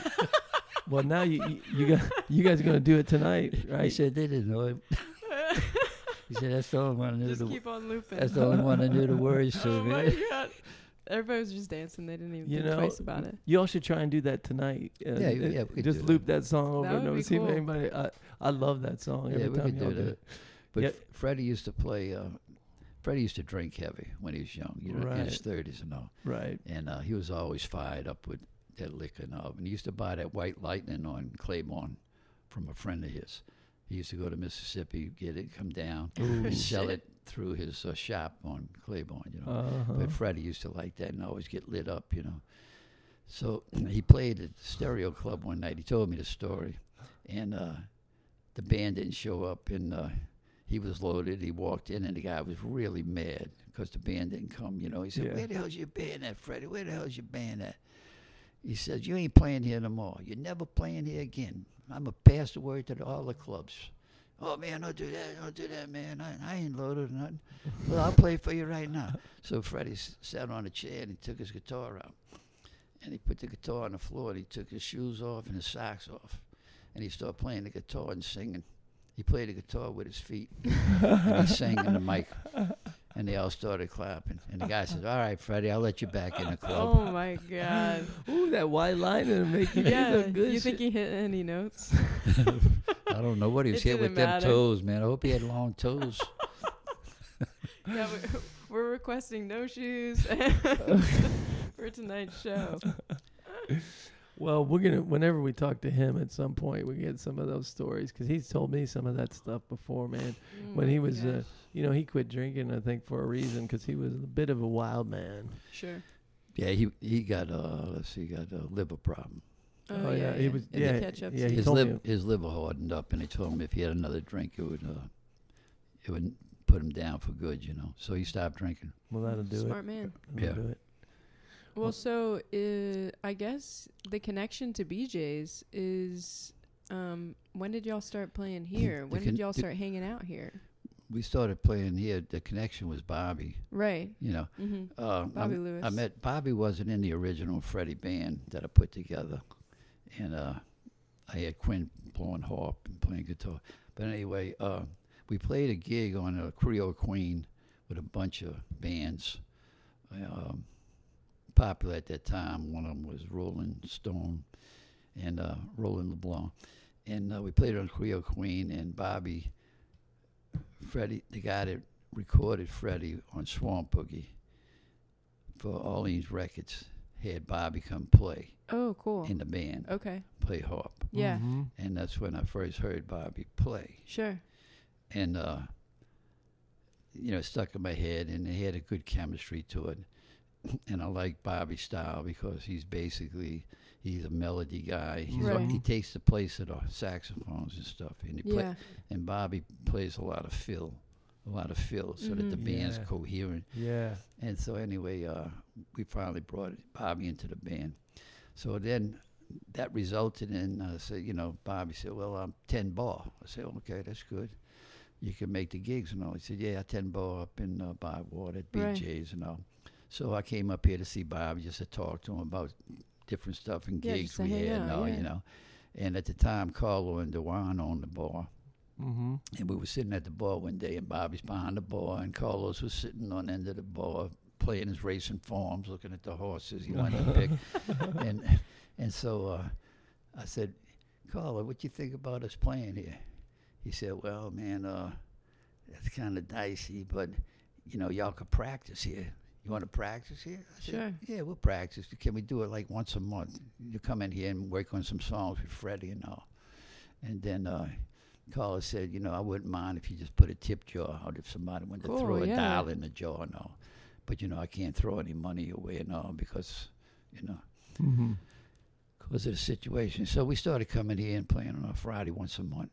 Speaker 2: He, well, now you you, you got you guys are gonna do it tonight,
Speaker 4: He
Speaker 2: right?
Speaker 4: said they didn't know it. He said that's the only one I knew.
Speaker 3: Just
Speaker 4: The,
Speaker 3: keep on
Speaker 4: that's
Speaker 3: looping.
Speaker 4: the
Speaker 3: <laughs>
Speaker 4: only one I knew the words to.
Speaker 3: Oh my
Speaker 4: man. <laughs>
Speaker 3: god. Everybody was just dancing. They didn't even
Speaker 2: You
Speaker 3: think
Speaker 2: know,
Speaker 3: twice about it.
Speaker 2: Y'all should try and do that tonight. Uh,
Speaker 4: Yeah, yeah,
Speaker 2: uh,
Speaker 4: we could
Speaker 2: just
Speaker 4: do
Speaker 2: loop that song over
Speaker 3: That
Speaker 2: and
Speaker 3: would
Speaker 2: over.
Speaker 3: be
Speaker 2: See if
Speaker 3: cool.
Speaker 2: anybody. I, I love that song every
Speaker 4: Yeah, we
Speaker 2: time
Speaker 4: could
Speaker 2: y'all
Speaker 4: do
Speaker 2: do
Speaker 4: that.
Speaker 2: it.
Speaker 4: But
Speaker 2: Yeah.
Speaker 4: F Freddie used to play. Uh, Freddie used to drink heavy when he was young, you know, in his thirties and all. <laughs>
Speaker 2: Right.
Speaker 4: And uh, he was always fired up with that liquor and all. And he used to buy that White Lightning on Claiborne from a friend of his. He used to go to Mississippi, get it, come down, and sell it through his uh, shop on Claiborne. You know,
Speaker 2: Uh-huh.
Speaker 4: but Freddie used to like that and always get lit up, you know. So <clears throat> he played at the Stereo Club one night. He told me the story, and uh, the band didn't show up, and uh, he was loaded. He walked in, and the guy was really mad because the band didn't come. You know, he said,
Speaker 2: Yeah.
Speaker 4: "Where the hell's your band at, Freddie? Where the hell's your band at?" He says, "You ain't playing here no more. You're never playing here again. I'm a pass the word to the, all the clubs." Oh man, don't do that! Don't do that, man! I, I ain't loaded or nothing. Well, I'll play for you right now. So Freddie s- sat on a chair and he took his guitar out. And he put the guitar on the floor and he took his shoes off and his socks off. And he started playing the guitar and singing. He played the guitar with his feet
Speaker 3: <laughs>
Speaker 4: and he sang in the mic. And they all started clapping. And the guy said, All right, Freddie, I'll let you back in the club.
Speaker 3: Oh my
Speaker 2: <laughs>
Speaker 3: god.
Speaker 2: Ooh, that white line will make you
Speaker 3: yeah.
Speaker 2: look good.
Speaker 3: you
Speaker 2: shit.
Speaker 3: think he hit
Speaker 2: <laughs>
Speaker 3: any notes?
Speaker 4: I don't know what he was
Speaker 3: It
Speaker 4: hit
Speaker 3: didn't
Speaker 4: with them
Speaker 3: matter.
Speaker 4: toes, man. I hope he had long toes.
Speaker 3: yeah, we're, <laughs> we're requesting
Speaker 2: <laughs>
Speaker 3: no shoes <laughs> for tonight's show. Oh
Speaker 2: Well, we're gonna whenever we talk to him at some point, we get some of those stories because he's told me some of that stuff before, man.
Speaker 3: Oh
Speaker 2: when he was, uh, you know, he quit drinking, I think, for a reason because he was a bit of a wild man.
Speaker 3: sure.
Speaker 4: Yeah, he he got uh let's see, he got a liver problem.
Speaker 2: Oh, yeah, he was-
Speaker 3: In the
Speaker 2: yeah,
Speaker 3: catch-up
Speaker 2: yeah, he
Speaker 3: scene.
Speaker 4: his
Speaker 2: told
Speaker 4: liver
Speaker 2: you.
Speaker 4: his liver hardened up, and they told him if he had another drink, it would uh, it would put him down for good, you know. So he stopped drinking.
Speaker 2: Well, that'll do
Speaker 3: Smart man.
Speaker 2: it. That'll
Speaker 4: Yeah.
Speaker 2: do it.
Speaker 3: Well, so uh, I guess the connection to BJ's is um, when did y'all start playing here?
Speaker 2: <laughs>
Speaker 4: The
Speaker 3: When
Speaker 4: con-
Speaker 3: did y'all
Speaker 4: the-
Speaker 3: start hanging out here?
Speaker 4: We started playing here. The connection was Bobby,
Speaker 3: Right.
Speaker 4: you know.
Speaker 3: Mm-hmm.
Speaker 4: Uh,
Speaker 3: Bobby
Speaker 4: I,
Speaker 3: Lewis.
Speaker 4: I met Bobby wasn't in the original Freddie band that I put together, and uh, I had Quinn blowing harp and playing guitar. But anyway, uh, we played a gig on a Creole Queen with a bunch of bands. Um, popular at that time, one of them was Rolling Stone and uh, Rolling LeBlanc, and uh, we played on Creole Queen and Bobby, Freddie, the guy that recorded Freddie on Swamp Boogie for all these records had Bobby come play
Speaker 3: Oh, cool.
Speaker 4: in the band,
Speaker 3: Okay.
Speaker 4: play harp.
Speaker 3: Yeah.
Speaker 2: Mhm.
Speaker 4: And that's when I first heard Bobby play.
Speaker 3: Sure.
Speaker 4: And, uh, you know, it stuck in my head, and they had a good chemistry to it. <clears throat> And I like Bobby's style because he's basically he's a melody guy. He's a-
Speaker 3: Right.
Speaker 4: he takes the place of the saxophones and stuff, and he play,
Speaker 3: Yeah.
Speaker 4: and Bobby plays a lot of fill, a lot of fill, so that the
Speaker 3: Mhm.
Speaker 4: band's
Speaker 2: Yeah.
Speaker 4: coherent.
Speaker 2: Yeah.
Speaker 4: And so anyway, uh, we finally brought Bobby into the band. So then that resulted in, uh, say, you know, Bobby said, well, I'm 10 bar. I said, okay, that's good. You can make the gigs and all. He said, yeah, I 10 bar up in uh, Bywater at
Speaker 3: Right.
Speaker 4: BJ's and all. So I came up here to see Bobby just to talk to him about different stuff and
Speaker 3: Yeah,
Speaker 4: gigs
Speaker 3: just to
Speaker 4: we
Speaker 3: hang
Speaker 4: had and
Speaker 3: out,
Speaker 4: all,
Speaker 3: yeah.
Speaker 4: you know. And at the time, Carlo and Dewan owned the bar.
Speaker 2: Mm-hmm.
Speaker 4: And we were sitting at the bar one day, and Bobby's behind the bar, and Carlos was sitting on the end of the bar playing his racing forms, looking at the horses he wanted to pick. And and so uh, I said, Carlo, what you think about us playing here? He said, Well, man, uh, that's kind of dicey, but you know, y'all could practice here. You want to practice here? I said,
Speaker 3: Sure.
Speaker 4: Yeah, we'll practice. Can we do it like once a month? You come in here and work on some songs with Freddie and all. And then uh, Carla said, you know, I wouldn't mind if you just put a tip jar out if somebody wanted
Speaker 3: Cool,
Speaker 4: to throw
Speaker 3: yeah.
Speaker 4: a dollar in the jar and all. But, you know, I can't throw any money away and all because, you know,
Speaker 2: Mm-hmm.
Speaker 4: because of the situation. So we started coming here and playing on a Friday once a month.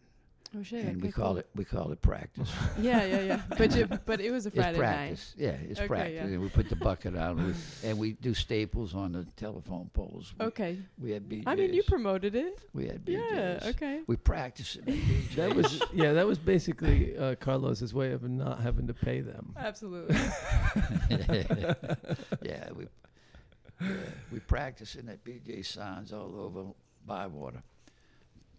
Speaker 3: Oh shit.
Speaker 4: and we
Speaker 3: okay,
Speaker 4: call
Speaker 3: cool.
Speaker 4: it we call it
Speaker 3: <laughs>
Speaker 4: practice.
Speaker 3: Yeah, yeah, yeah. But
Speaker 4: <laughs>
Speaker 3: you, but it was a Friday
Speaker 4: it's practice. Yeah, it's
Speaker 3: Okay,
Speaker 4: practice.
Speaker 3: yeah.
Speaker 4: And we put the bucket out and we, and we do staples on the telephone poles. We,
Speaker 3: night. Okay.
Speaker 4: We had BJs.
Speaker 3: I mean, you promoted it.
Speaker 4: we had BJs.
Speaker 3: Yeah. Okay. <laughs>
Speaker 4: We practiced it. at BJs.
Speaker 2: That was yeah. That was basically uh, Carlos's way of not having to pay them.
Speaker 4: <laughs>
Speaker 3: Absolutely.
Speaker 4: yeah, we yeah, we practicing at BJ signs all over Bywater,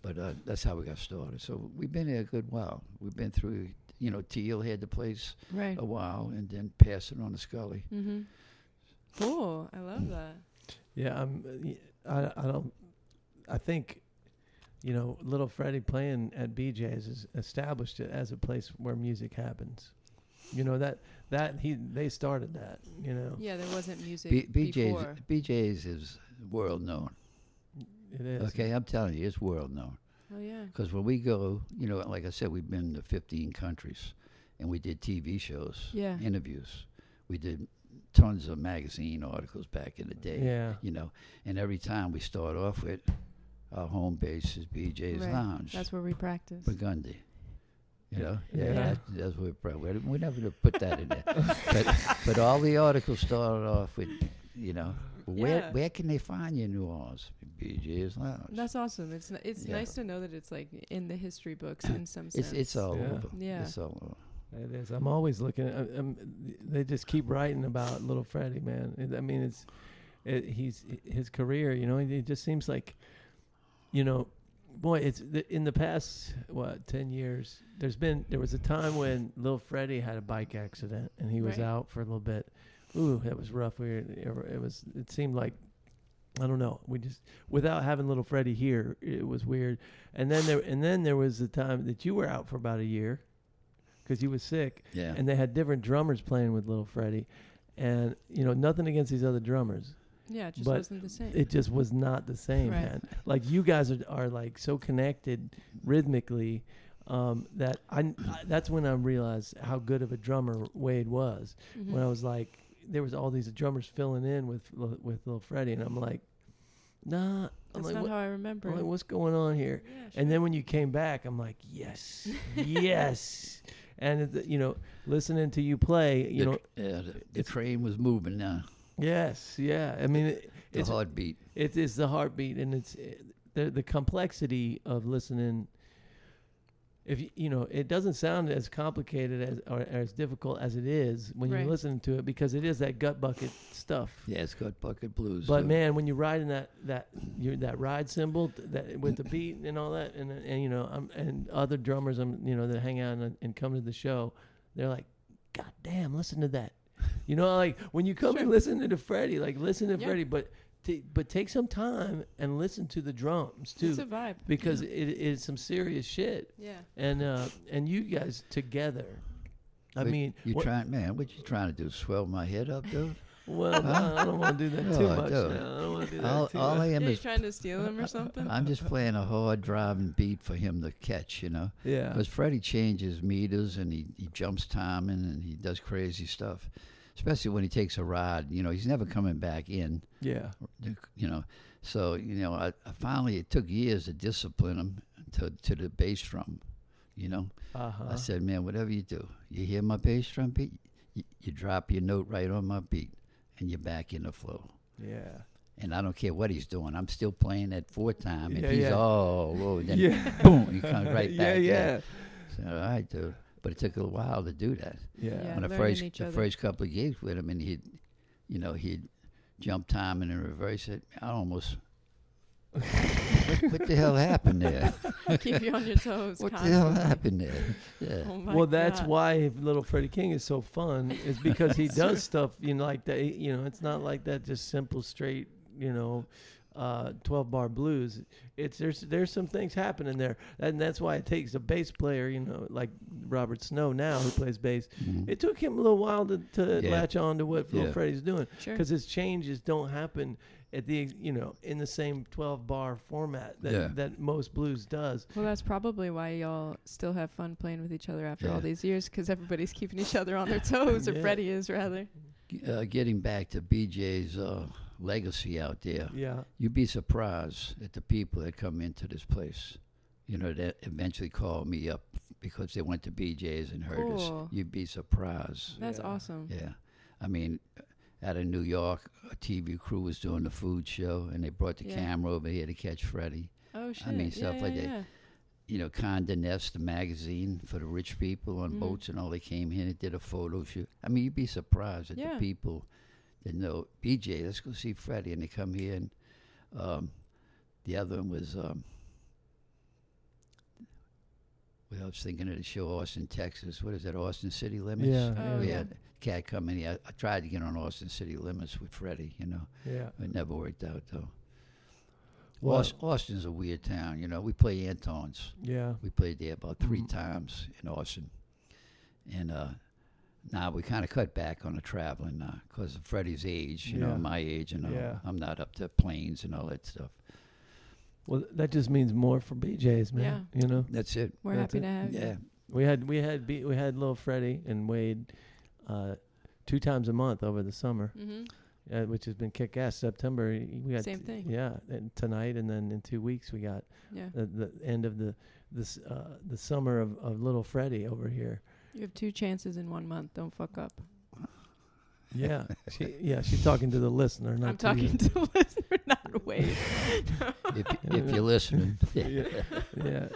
Speaker 4: but uh, that's how we got started. So we've been here a good while. We've been through, you know, Teal had the place
Speaker 3: right.
Speaker 4: a while, and then passed it on to Scully.
Speaker 3: Mm-hmm. Cool. I love that.
Speaker 2: Yeah, I'm. uh, I I don't. I think, you know, Little Freddie playing at BJ's has established it as a place where music happens. You know that that he they started that. You know,
Speaker 3: Yeah, there wasn't music
Speaker 4: B-
Speaker 3: before.
Speaker 4: BJ's BJ's is world known.
Speaker 2: it is.
Speaker 4: Okay, I'm telling you, it's world known.
Speaker 3: Oh yeah.
Speaker 4: Because when we go, you know, like I said, we've been to 15 countries, and we did TV shows,
Speaker 3: Yeah.
Speaker 4: interviews, we did tons of magazine articles back in the day,
Speaker 2: Yeah.
Speaker 4: you know. And every time we start off with, our home base is BJ's
Speaker 3: Right.
Speaker 4: Lounge,
Speaker 3: That's where we practice.
Speaker 4: Burgundy. You know, yeah,
Speaker 2: Yeah.
Speaker 4: That's, that's what we probably we never would've put
Speaker 3: <laughs>
Speaker 4: that in there. but but all the articles started off with, you know, where
Speaker 3: Yeah.
Speaker 4: where can they find you in New Orleans? BJ's Lounge.
Speaker 3: That's awesome. It's n- it's
Speaker 4: Yeah.
Speaker 3: nice to know that it's like in the history books in some sense.
Speaker 4: it's it's all
Speaker 2: Yeah.
Speaker 4: over.
Speaker 3: Yeah.
Speaker 4: It's all over.
Speaker 2: It is. I'm always looking. I, I'm, they just keep writing about Little Freddie, man. It- I mean, it's it, he's his career. You know, it just seems like, you know, boy, it's the, in the past what ten years. There's been there was a time when Little Freddie had a bike accident and he was
Speaker 3: Right.
Speaker 2: out for a little bit. Ooh, that was rough. We were, it, was. It seemed like. I don't know. We just without having little Freddie here, it was weird. And then there, and then there was a time that you were out for about a year, because you was sick
Speaker 4: Yeah.
Speaker 2: and they had different drummers playing with Little Freddie, and you know nothing against these other drummers,
Speaker 3: yeah, it just
Speaker 2: but
Speaker 3: wasn't the same.
Speaker 2: it just was not the same,
Speaker 3: Right.
Speaker 2: man. Like you guys are, are like so connected rhythmically um, that I, I- that's when I realized how good of a drummer Wade was.
Speaker 3: Mhm.
Speaker 2: When I was like, there was all these drummers filling in with Lil- with little Freddie, and I'm like, nah. I'm
Speaker 3: That's
Speaker 2: like,
Speaker 3: not
Speaker 2: "What-
Speaker 3: how I remember.
Speaker 2: I'm like,
Speaker 3: it.
Speaker 2: what's going on here?
Speaker 3: Yeah, sure.
Speaker 2: And then when you came back, I'm like, yes, yes. And it- you know, listening to you play, you
Speaker 4: the,
Speaker 2: know,
Speaker 4: yeah, the, the
Speaker 2: it's-
Speaker 4: train was moving now.
Speaker 2: yes, yeah. I mean, it,
Speaker 4: The
Speaker 2: it's
Speaker 4: heartbeat.
Speaker 2: it is the heartbeat and it's it, the the complexity of listening if you, you know it doesn't sound as complicated as or as difficult as it is when
Speaker 3: Right.
Speaker 2: you're listening to it because it is that gut bucket stuff
Speaker 4: Yeah, it's got bucket blues.
Speaker 2: but
Speaker 4: so-
Speaker 2: man when you're riding that that you that ride cymbal th- that with the beat and all that and and you know I'm and other drummers I'm you know that hang out and, and come to the show they're like god damn listen to that you know like when you come and listen to the Freddie like listen to
Speaker 3: Yeah.
Speaker 2: Freddie but t- but take some time and listen to the drums too
Speaker 3: It's a vibe.
Speaker 2: because it is some serious shit
Speaker 3: Yeah.
Speaker 2: and uh and you guys together I
Speaker 4: But
Speaker 2: mean
Speaker 4: you
Speaker 2: what-
Speaker 4: trying, man? What you trying to do? Swell my head up, dude?
Speaker 2: well no, I don't want to do that too
Speaker 4: <laughs> Oh,
Speaker 2: much
Speaker 4: dude.
Speaker 2: now. I don't want to do that
Speaker 4: all,
Speaker 2: too
Speaker 4: all
Speaker 2: much.
Speaker 4: I am
Speaker 3: Are you
Speaker 4: is
Speaker 3: trying to steal him
Speaker 4: <laughs>
Speaker 3: or something?
Speaker 4: I'm just playing a hard driving beat for him to catch, you know.
Speaker 2: yeah
Speaker 4: Because Freddie changes meters and he, he jumps timing and he does crazy stuff, especially when he takes a ride. You know, he's never coming back in.
Speaker 2: yeah
Speaker 4: You know, so you know, I, I finally it took years to discipline him to to the bass drum. You know,
Speaker 2: uh-huh
Speaker 4: I said, man, whatever you do, you hear my bass drum beat, you, you drop your note right on my beat, and you're back in the flow.
Speaker 2: Yeah.
Speaker 4: And I don't care what he's doing. I'm still playing that four time, and
Speaker 2: Yeah,
Speaker 4: he's
Speaker 2: yeah.
Speaker 4: oh, whoa, then
Speaker 2: yeah.
Speaker 4: <laughs> boom, he comes
Speaker 2: <laughs>
Speaker 4: right
Speaker 2: yeah,
Speaker 4: back. in.
Speaker 2: yeah.
Speaker 4: So, all right, dude. But it took a while to do that.
Speaker 2: Yeah.
Speaker 3: Yeah.
Speaker 4: When the
Speaker 3: learning
Speaker 4: first
Speaker 3: each
Speaker 4: the
Speaker 3: other.
Speaker 4: first couple of gigs with him, and he'd, you know, he'd jump time and then reverse it.
Speaker 2: <laughs>
Speaker 4: I almost. what, what the hell happened there?
Speaker 3: Keep you on your toes.
Speaker 4: <laughs> What the hell
Speaker 3: constantly.
Speaker 4: happened there? Yeah.
Speaker 3: Oh my
Speaker 2: Well, that's
Speaker 3: God.
Speaker 2: why Little Freddie King is so fun is because
Speaker 4: <laughs>
Speaker 2: he does stuff you know like that. You know, it's not like that just simple straight. You know, uh, twelve bar blues. It's there's there's some things happening there, and that's why it takes a bass player. You know, like Robert Snow now who plays bass.
Speaker 4: Mhm.
Speaker 2: It took him a little while to, to
Speaker 4: Yeah.
Speaker 2: latch on to what Little
Speaker 4: Yeah.
Speaker 2: Freddie's doing.
Speaker 3: Sure.
Speaker 2: because his changes don't happen at the you know in the same 12 bar format that,
Speaker 4: Yeah.
Speaker 2: that most blues does
Speaker 3: Well, that's probably why y'all still have fun playing with each other after
Speaker 4: Yeah.
Speaker 3: all these years, because everybody's keeping each other
Speaker 4: <laughs>
Speaker 3: on their toes, or
Speaker 2: Yeah.
Speaker 3: Freddie is rather.
Speaker 4: Uh, getting back to BJ's uh, legacy out there,
Speaker 2: yeah
Speaker 4: you'd be surprised at the people that come into this place. You know, that eventually call me up because they went to BJ's and heard
Speaker 3: Cool.
Speaker 4: us. You'd be surprised.
Speaker 3: That's
Speaker 2: Yeah.
Speaker 3: awesome.
Speaker 4: Yeah. I mean, out of New York, a TV crew was doing the food show and they brought the
Speaker 3: Yeah.
Speaker 4: camera over here to catch Freddie.
Speaker 3: Oh shit!
Speaker 4: mean,
Speaker 3: yeah,
Speaker 4: stuff
Speaker 3: yeah,
Speaker 4: like that.
Speaker 3: yeah.
Speaker 4: You know, Condé Nast, the magazine for the rich people on
Speaker 3: Mhm.
Speaker 4: boats and all, they came here and did a photo shoot. I mean, you'd be surprised at
Speaker 3: Yeah.
Speaker 4: the people that know, BJ, let's go see Freddie. And they come here and um, the other one was, um, well, I was thinking of the show Austin, Texas. What is that, Austin City Limits?
Speaker 3: Oh,
Speaker 4: we
Speaker 3: yeah.
Speaker 4: had a cat come in. here. I, I tried to get on Austin City Limits with Freddie, you know.
Speaker 2: yeah
Speaker 4: It never worked out, though.
Speaker 2: Well-
Speaker 4: Aus- Austin's a weird town, you know. We play Anton's.
Speaker 2: yeah
Speaker 4: We played there about 3
Speaker 2: Mhm.
Speaker 4: times in Austin. And uh, now we kind of cut back on the traveling now because of Freddie's age, you
Speaker 2: Yeah.
Speaker 4: know, my age, and all.
Speaker 2: Yeah.
Speaker 4: I'm not up to planes and all that stuff.
Speaker 2: well that just means more for bjs man you know
Speaker 4: That's it.
Speaker 3: We're
Speaker 2: That's
Speaker 3: happy
Speaker 2: it.
Speaker 3: to have you.
Speaker 4: Yeah.
Speaker 2: <laughs> we had we had B, we had little freddie and wade uh two times a month over the summer
Speaker 3: hmm
Speaker 2: uh, which has been kick ass september we got
Speaker 3: Same thing.
Speaker 2: yeah and tonight and then in two weeks we got
Speaker 3: Yeah.
Speaker 2: the, the end of the this uh the summer of, of little freddie over here
Speaker 3: You have two chances in one month. Don't fuck up.
Speaker 2: Yeah, she, yeah, she's talking to the listener. Not
Speaker 3: I'm
Speaker 2: to you.
Speaker 3: talking to <laughs> the listener,
Speaker 4: <laughs>
Speaker 3: not Wade.
Speaker 4: If, if you're listening. <laughs>
Speaker 2: yeah.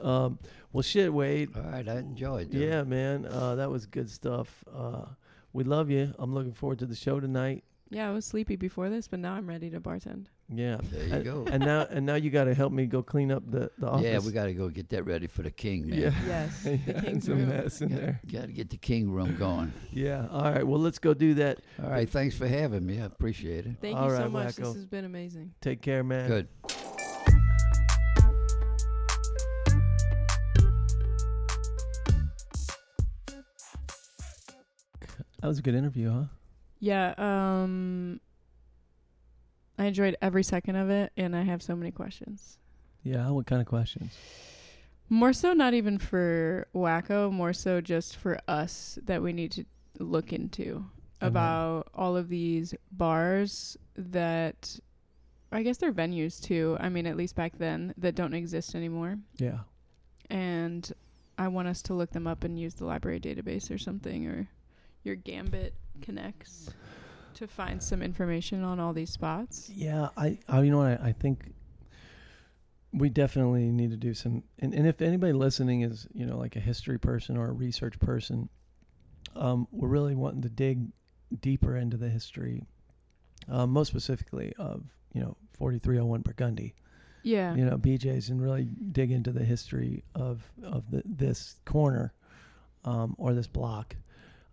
Speaker 2: Um, well, shit, Wade.
Speaker 4: All right, I enjoyed it.
Speaker 2: Yeah, man, uh, that was good stuff. Uh, we love you. I'm looking forward to the show tonight.
Speaker 3: <laughs> yeah, I was sleepy before this, but now I'm ready to bartend.
Speaker 2: Yeah,
Speaker 4: There you
Speaker 2: And-
Speaker 4: go.
Speaker 2: and
Speaker 4: <laughs>
Speaker 2: now and now you got to help me go clean up the the office.
Speaker 4: Yeah, we got to go get that ready for the king,
Speaker 2: <laughs>
Speaker 4: man.
Speaker 2: Yeah.
Speaker 3: Yes, the
Speaker 2: <laughs> Yeah, it's
Speaker 3: king's
Speaker 2: a
Speaker 3: room.
Speaker 2: mess in <laughs> there.
Speaker 4: Got to get the king room going.
Speaker 2: Yeah. All right. Well, let's go do that.
Speaker 4: All right, thanks for having me. I appreciate it.
Speaker 3: Thank
Speaker 2: All
Speaker 3: you so
Speaker 2: right,
Speaker 3: much.
Speaker 2: wacko.
Speaker 3: This has been amazing.
Speaker 2: Take care, man.
Speaker 4: Good.
Speaker 2: That was a good interview, huh?
Speaker 3: Yeah, um I enjoyed every second of it and I have so many questions.
Speaker 2: Yeah. What kind of questions?
Speaker 3: More so not even for Wacko, more so just for us that we need to look into.
Speaker 2: I mean-
Speaker 3: about all of these bars that I guess they're venues too. I mean, at least back then that don't exist anymore.
Speaker 2: Yeah.
Speaker 3: And I want us to look them up and use the library database or something or your Gambit connects to find some information on all these spots.
Speaker 2: Yeah, I, I you know what I, I think we definitely need to do some and, and if anybody listening is, you know, like a history person or a research person, um, we're really wanting to dig deeper into the history, uh, most specifically of, you know, forty three oh one Burgundy.
Speaker 3: Yeah.
Speaker 2: You know, BJ's and really dig into the history of of the, this corner um, or this block.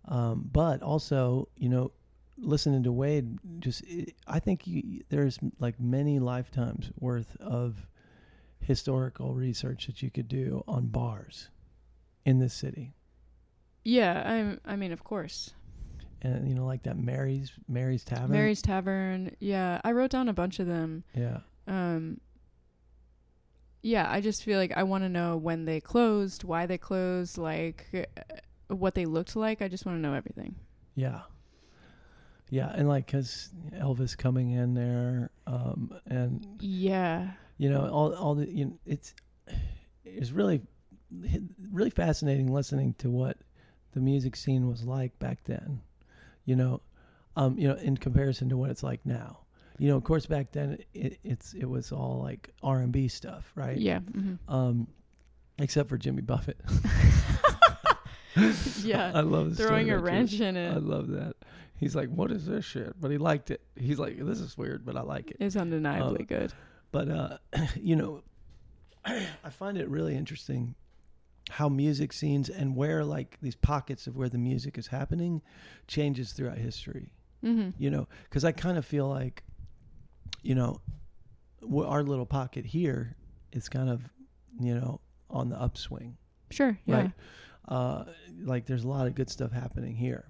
Speaker 2: Um, but also, you know, listening to Wade, just i I think you, there's like many lifetimes worth of historical research that you could do on bars in this city,
Speaker 3: Yeah, I'm I mean, of course.
Speaker 2: and you know, like that Mary's Mary's Tavern.
Speaker 3: Mary's Tavern. Yeah, I wrote down a bunch of them.
Speaker 2: yeah,
Speaker 3: Um Yeah, I just feel like I want to know when they closed, why they closed, like uh, what they looked like. I just want to know everything.
Speaker 2: yeah. Yeah, and like, cause Elvis coming in there, um, and
Speaker 3: Yeah.
Speaker 2: you know all all the you know, it's it's really really fascinating listening to what the music scene was like back then you know um you know in comparison to what it's like now you know of course back then it, it's it was all like R&B stuff right
Speaker 3: <laughs> Yeah. mhm.
Speaker 2: um except for Jimmy Buffett
Speaker 3: <laughs> Yeah.
Speaker 2: <laughs> I love this
Speaker 3: Throwing
Speaker 2: story about
Speaker 3: a
Speaker 2: Jimmy-
Speaker 3: wrench in
Speaker 2: I
Speaker 3: it
Speaker 2: love that he's like what is this shit but he liked it he's like this is weird but I like it
Speaker 3: is undeniably
Speaker 2: Um,
Speaker 3: good.
Speaker 2: but uh, <clears throat> you know, I find it really interesting how music scenes and where like these pockets of where the music is happening changes throughout history.
Speaker 3: Mhm.
Speaker 2: You know, because I kind of feel like, you know, wh- our little pocket here is kind of, you know, on the upswing
Speaker 3: Sure. Yeah.
Speaker 2: right? Uh, like there's a lot of good stuff happening here.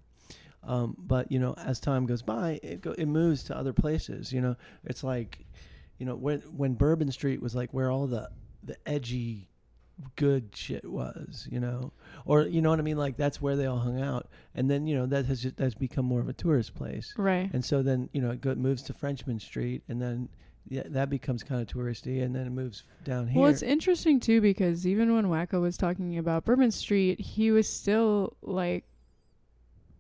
Speaker 2: Um, but you know, as time goes by, it go, it moves to other places. You know, it's like, you know, when when Bourbon Street was like where all the the edgy, good shit was. You know, or you know what I mean? Like that's where they all hung out. And then you know that has just, that's become more of a tourist place.
Speaker 3: Right.
Speaker 2: And so then you know it go, moves to Frenchman Street, and then yeah, that becomes kind of touristy, and then it moves down here.
Speaker 3: Well, it's interesting too because even when Wacko was talking about Bourbon Street, he was still like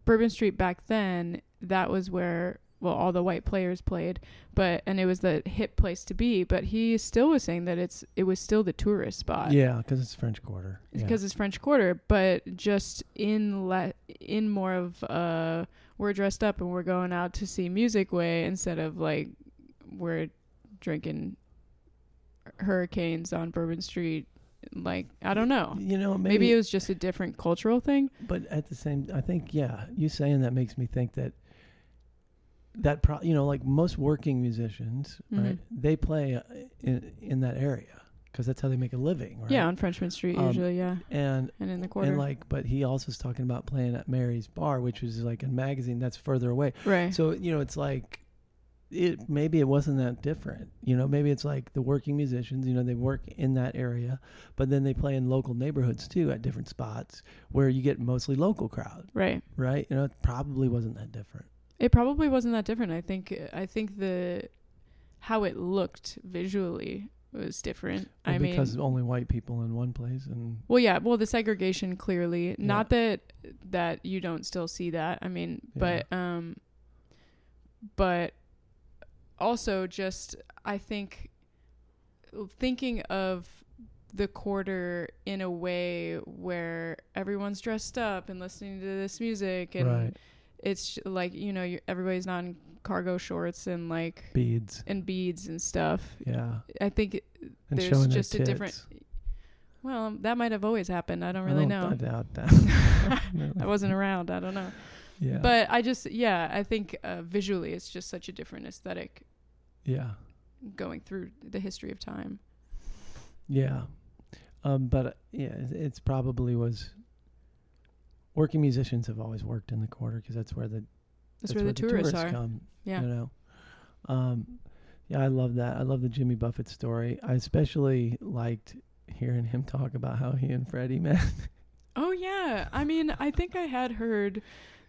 Speaker 3: Bourbon Street back then. That was where well all the white players played, but and it was the hip place to be. But he still was saying that it's it was still the tourist spot.
Speaker 2: yeah, because it's French Quarter. Yeah.
Speaker 3: Because it's French Quarter, but just in le- in more of uh, we're dressed up and we're going out to see music way instead of like we're drinking hurricanes on Bourbon Street. Like I don't know, maybe,
Speaker 2: you know
Speaker 3: it was just a different cultural thing.
Speaker 2: But at the same, I think yeah, you saying that makes me think that that pro, you know, like most working musicians, right?
Speaker 3: Mhm.
Speaker 2: They play uh, in in that area because that's how they make a living, right?
Speaker 3: Yeah, on Frenchman Street
Speaker 2: Um,
Speaker 3: usually, yeah,
Speaker 2: And
Speaker 3: and in the quarter,
Speaker 2: and like, but he also is talking about playing at Mary's Bar, which is like a magazine that's further away.
Speaker 3: right?
Speaker 2: So you know, it's like it maybe it wasn't that different. You know, maybe it's like the working musicians. You know, they work in that area, but then they play in local neighborhoods too at different spots where you get mostly local crowd
Speaker 3: right.
Speaker 2: right? You know, it probably wasn't that different.
Speaker 3: It probably wasn't that different. I think I think the how it looked visually was different.
Speaker 2: Well,
Speaker 3: I mean,
Speaker 2: because only white people in one place, and
Speaker 3: Well, yeah. Well, the segregation clearly. Not
Speaker 2: Yeah.
Speaker 3: that that you don't still see that. I mean, but um, but also just I think thinking of the quarter in a way where everyone's dressed up and listening to this music and
Speaker 2: right
Speaker 3: it's sh- like you know you everybody's not in cargo shorts and like
Speaker 2: beads,
Speaker 3: and beads and stuff.
Speaker 2: yeah,
Speaker 3: I think
Speaker 2: and
Speaker 3: There's
Speaker 2: showing
Speaker 3: just
Speaker 2: their
Speaker 3: a
Speaker 2: tits. Oh,
Speaker 3: different- well um, that might have always happened. I don't really
Speaker 2: I
Speaker 3: know.
Speaker 2: I doubt
Speaker 3: <laughs>
Speaker 2: that. <laughs>
Speaker 3: I wasn't around. I don't know.
Speaker 2: yeah,
Speaker 3: But I just, yeah, I think uh, visually it's just such a different aesthetic
Speaker 2: yeah,
Speaker 3: going through the history of time.
Speaker 2: yeah, um, but uh, yeah, it, it's probably was. Working musicians have always worked in the quarter because that's where the
Speaker 3: That's, where, the tourists, are.
Speaker 2: come.
Speaker 3: Yeah.
Speaker 2: you know um yeah i love that i love the jimmy buffett <laughs> story i especially liked hearing him talk about how he and freddie met <laughs>
Speaker 3: Oh, yeah. I mean, I think I had heard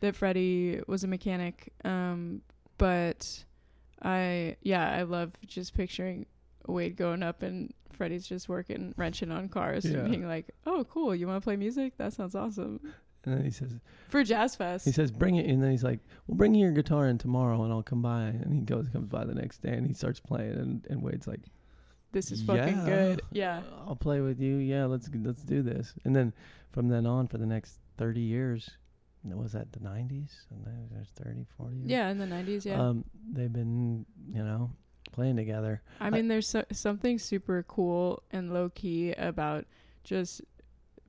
Speaker 3: that Freddie was a mechanic, um, but I yeah, I love just picturing Wade going up and Freddie's just working wrenching on cars
Speaker 2: Yeah.
Speaker 3: and being like, "Oh, cool, you want to play music? That sounds awesome
Speaker 2: And then he says,
Speaker 3: for Jazz Fest."
Speaker 2: he says, bring it. And then he's like, well, bring your guitar in tomorrow and I'll come by. And he goes, comes by the next day and he starts playing. And, and Wade's like,
Speaker 3: this is fucking
Speaker 2: Yeah.
Speaker 3: good. Yeah.
Speaker 2: I'll play with you. Yeah, let's let's do this. And then from then on for the next 30 years, was that the 90s? And then There's 30, 40 years.
Speaker 3: Yeah, in the 90s, yeah.
Speaker 2: Um, they've been, you know, playing together.
Speaker 3: I mean, there's so- something super cool and low key about just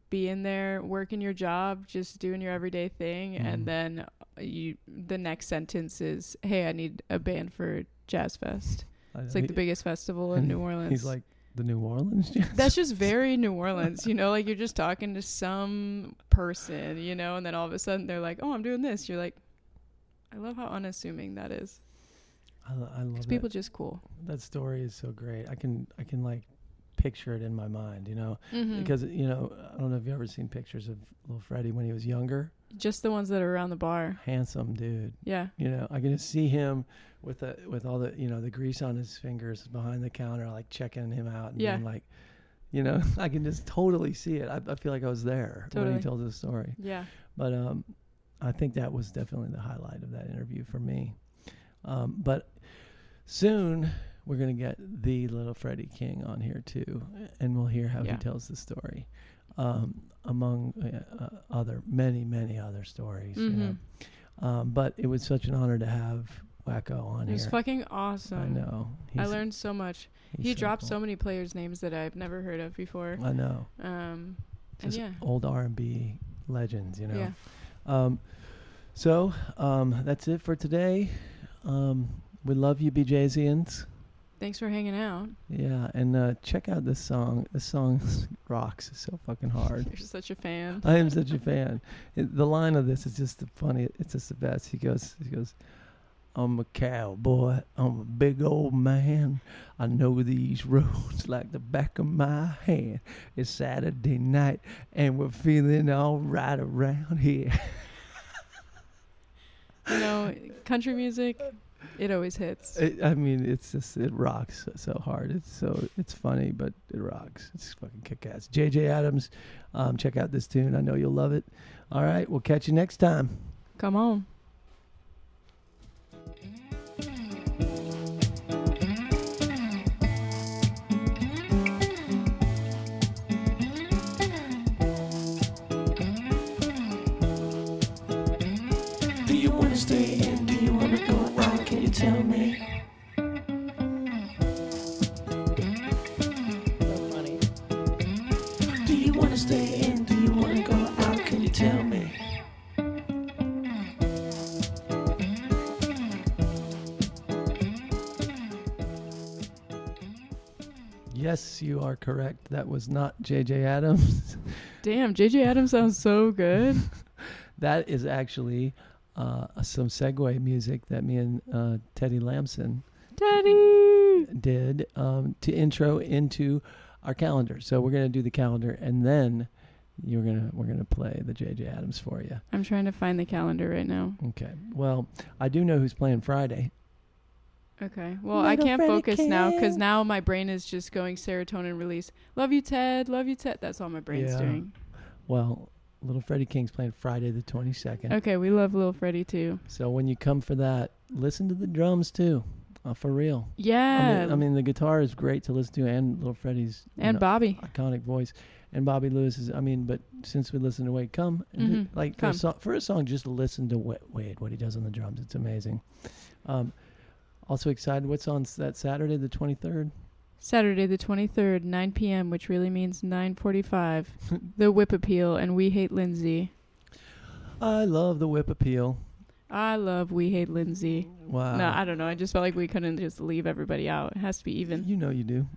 Speaker 3: being there, working your job, just doing your everyday thing,
Speaker 2: Mhm.
Speaker 3: and then uh, you. The next sentence is, "Hey, I need a band for Jazz Fest." It's like the biggest festival in
Speaker 2: and
Speaker 3: New Orleans.
Speaker 2: He's like the New Orleans. <laughs> Jazz?"
Speaker 3: That's just very New Orleans, you know. Like you're just talking to some person, you know, and then all of a sudden they're like, "Oh, I'm doing this." You're like, "I love how unassuming that is."
Speaker 2: I, lo- I love
Speaker 3: Because
Speaker 2: that.
Speaker 3: people just cool.
Speaker 2: that story is so great. I can I can like picture it in my mind, you know,
Speaker 3: Hmm.
Speaker 2: because you know I don't know if you ever seen pictures of little Freddie when he was younger,
Speaker 3: just the ones that are around the bar.
Speaker 2: handsome dude.
Speaker 3: Yeah.
Speaker 2: You know, I can just see him with the with all the you know the grease on his fingers behind the counter, like checking him out, and
Speaker 3: Yeah.
Speaker 2: being like, you know, <laughs> I can just totally see it. I, I feel like I was there when
Speaker 3: Totally.
Speaker 2: he told this story.
Speaker 3: Yeah.
Speaker 2: But um, I think that was definitely the highlight of that interview for me. Um, but soon we're going to get the little Freddie King on here too, and we'll hear how
Speaker 3: Yeah.
Speaker 2: he tells the story, um, among uh, uh, other many many other stories. You know?
Speaker 3: Mhm.
Speaker 2: um, but it was such an honor to have Wacko on
Speaker 3: It was
Speaker 2: here.
Speaker 3: fucking awesome.
Speaker 2: I know.
Speaker 3: I
Speaker 2: He's-
Speaker 3: learned so much.
Speaker 2: he's
Speaker 3: He dropped
Speaker 2: cool.
Speaker 3: so many players' names that I've never heard of before.
Speaker 2: I know.
Speaker 3: Um, and
Speaker 2: Just
Speaker 3: yeah,
Speaker 2: old R and B legends, you know.
Speaker 3: yeah.
Speaker 2: Um, so um, that's it for today. Um, we love you, BJzians.
Speaker 3: Thanks for hanging out.
Speaker 2: Yeah, and uh, check out this song. This song <laughs> rocks so fucking <laughs> hard. Uh,
Speaker 3: You're such a fan.
Speaker 2: I am such a fan. It- the line of this is just the funny. It's just the best. He goes, he goes, I'm a cowboy. I'm a big old man. I know these roads like the back of my hand. It's Saturday night, and we're feeling all right around here. <laughs>
Speaker 3: you know, country music, it always hits.
Speaker 2: It, I mean, it's just it rocks so hard. It's so it's funny, but it rocks. It's fucking kick ass. JJ Adams, um, check out this tune. I know you'll love it. All right, we'll catch you next time.
Speaker 3: Come on.
Speaker 5: Do you wanna stay in? Do you wanna go out? Can you tell me? Do you wanna stay in? Do you wanna go out? Can you tell me?
Speaker 2: Yes, you are correct. That was not JJ Adams.
Speaker 3: Damn, JJ Adams sounds so good.
Speaker 2: <laughs> that is actually uh, some segue music that me and uh, Teddy Lamson
Speaker 3: Daddy.
Speaker 2: did um, to intro into our calendar. So we're gonna do the calendar, and then you're gonna we're gonna play the JJ Adams for you.
Speaker 3: I'm trying to find the calendar right now.
Speaker 2: Okay. Well, I do know who's playing Friday.
Speaker 3: Okay. Well, I
Speaker 2: Little
Speaker 3: can't
Speaker 2: Freddie
Speaker 3: focus now 'cause now because
Speaker 2: King.
Speaker 3: now my brain is just going serotonin release. Love you, Ted. Love you, Ted. That's all my brain's
Speaker 2: Yeah.
Speaker 3: doing.
Speaker 2: Well, Little Freddie King's playing Friday the 22nd.
Speaker 3: Okay, we love Little Freddie too.
Speaker 2: So when you come for that, listen to the drums too. Uh, for real.
Speaker 3: Yeah.
Speaker 2: I, mean, I mean, the guitar is great to listen to, and Little Freddie's you
Speaker 3: Um, and
Speaker 2: know,
Speaker 3: Bobby.
Speaker 2: iconic voice. And Bobby Lewis is, I mean, but since we listen to Wade, come. and
Speaker 3: Mhm.
Speaker 2: ju- Like, For, a
Speaker 3: Come.
Speaker 2: song, for a song, just listen to Wa- Wade, what he does on the drums. It's amazing. Um, also excited. What's on s- that Saturday, the 23rd?
Speaker 3: Saturday the 23rd, 9 p.m., which really means 9:45.
Speaker 2: <laughs>
Speaker 3: the Whip Appeal and We Hate Lindsay.
Speaker 2: I love the whip appeal.
Speaker 3: I love We Hate Lindsay.
Speaker 2: Wow.
Speaker 3: no, I don't know. I just felt like we couldn't just leave everybody out. It has to be even.
Speaker 2: You know you do.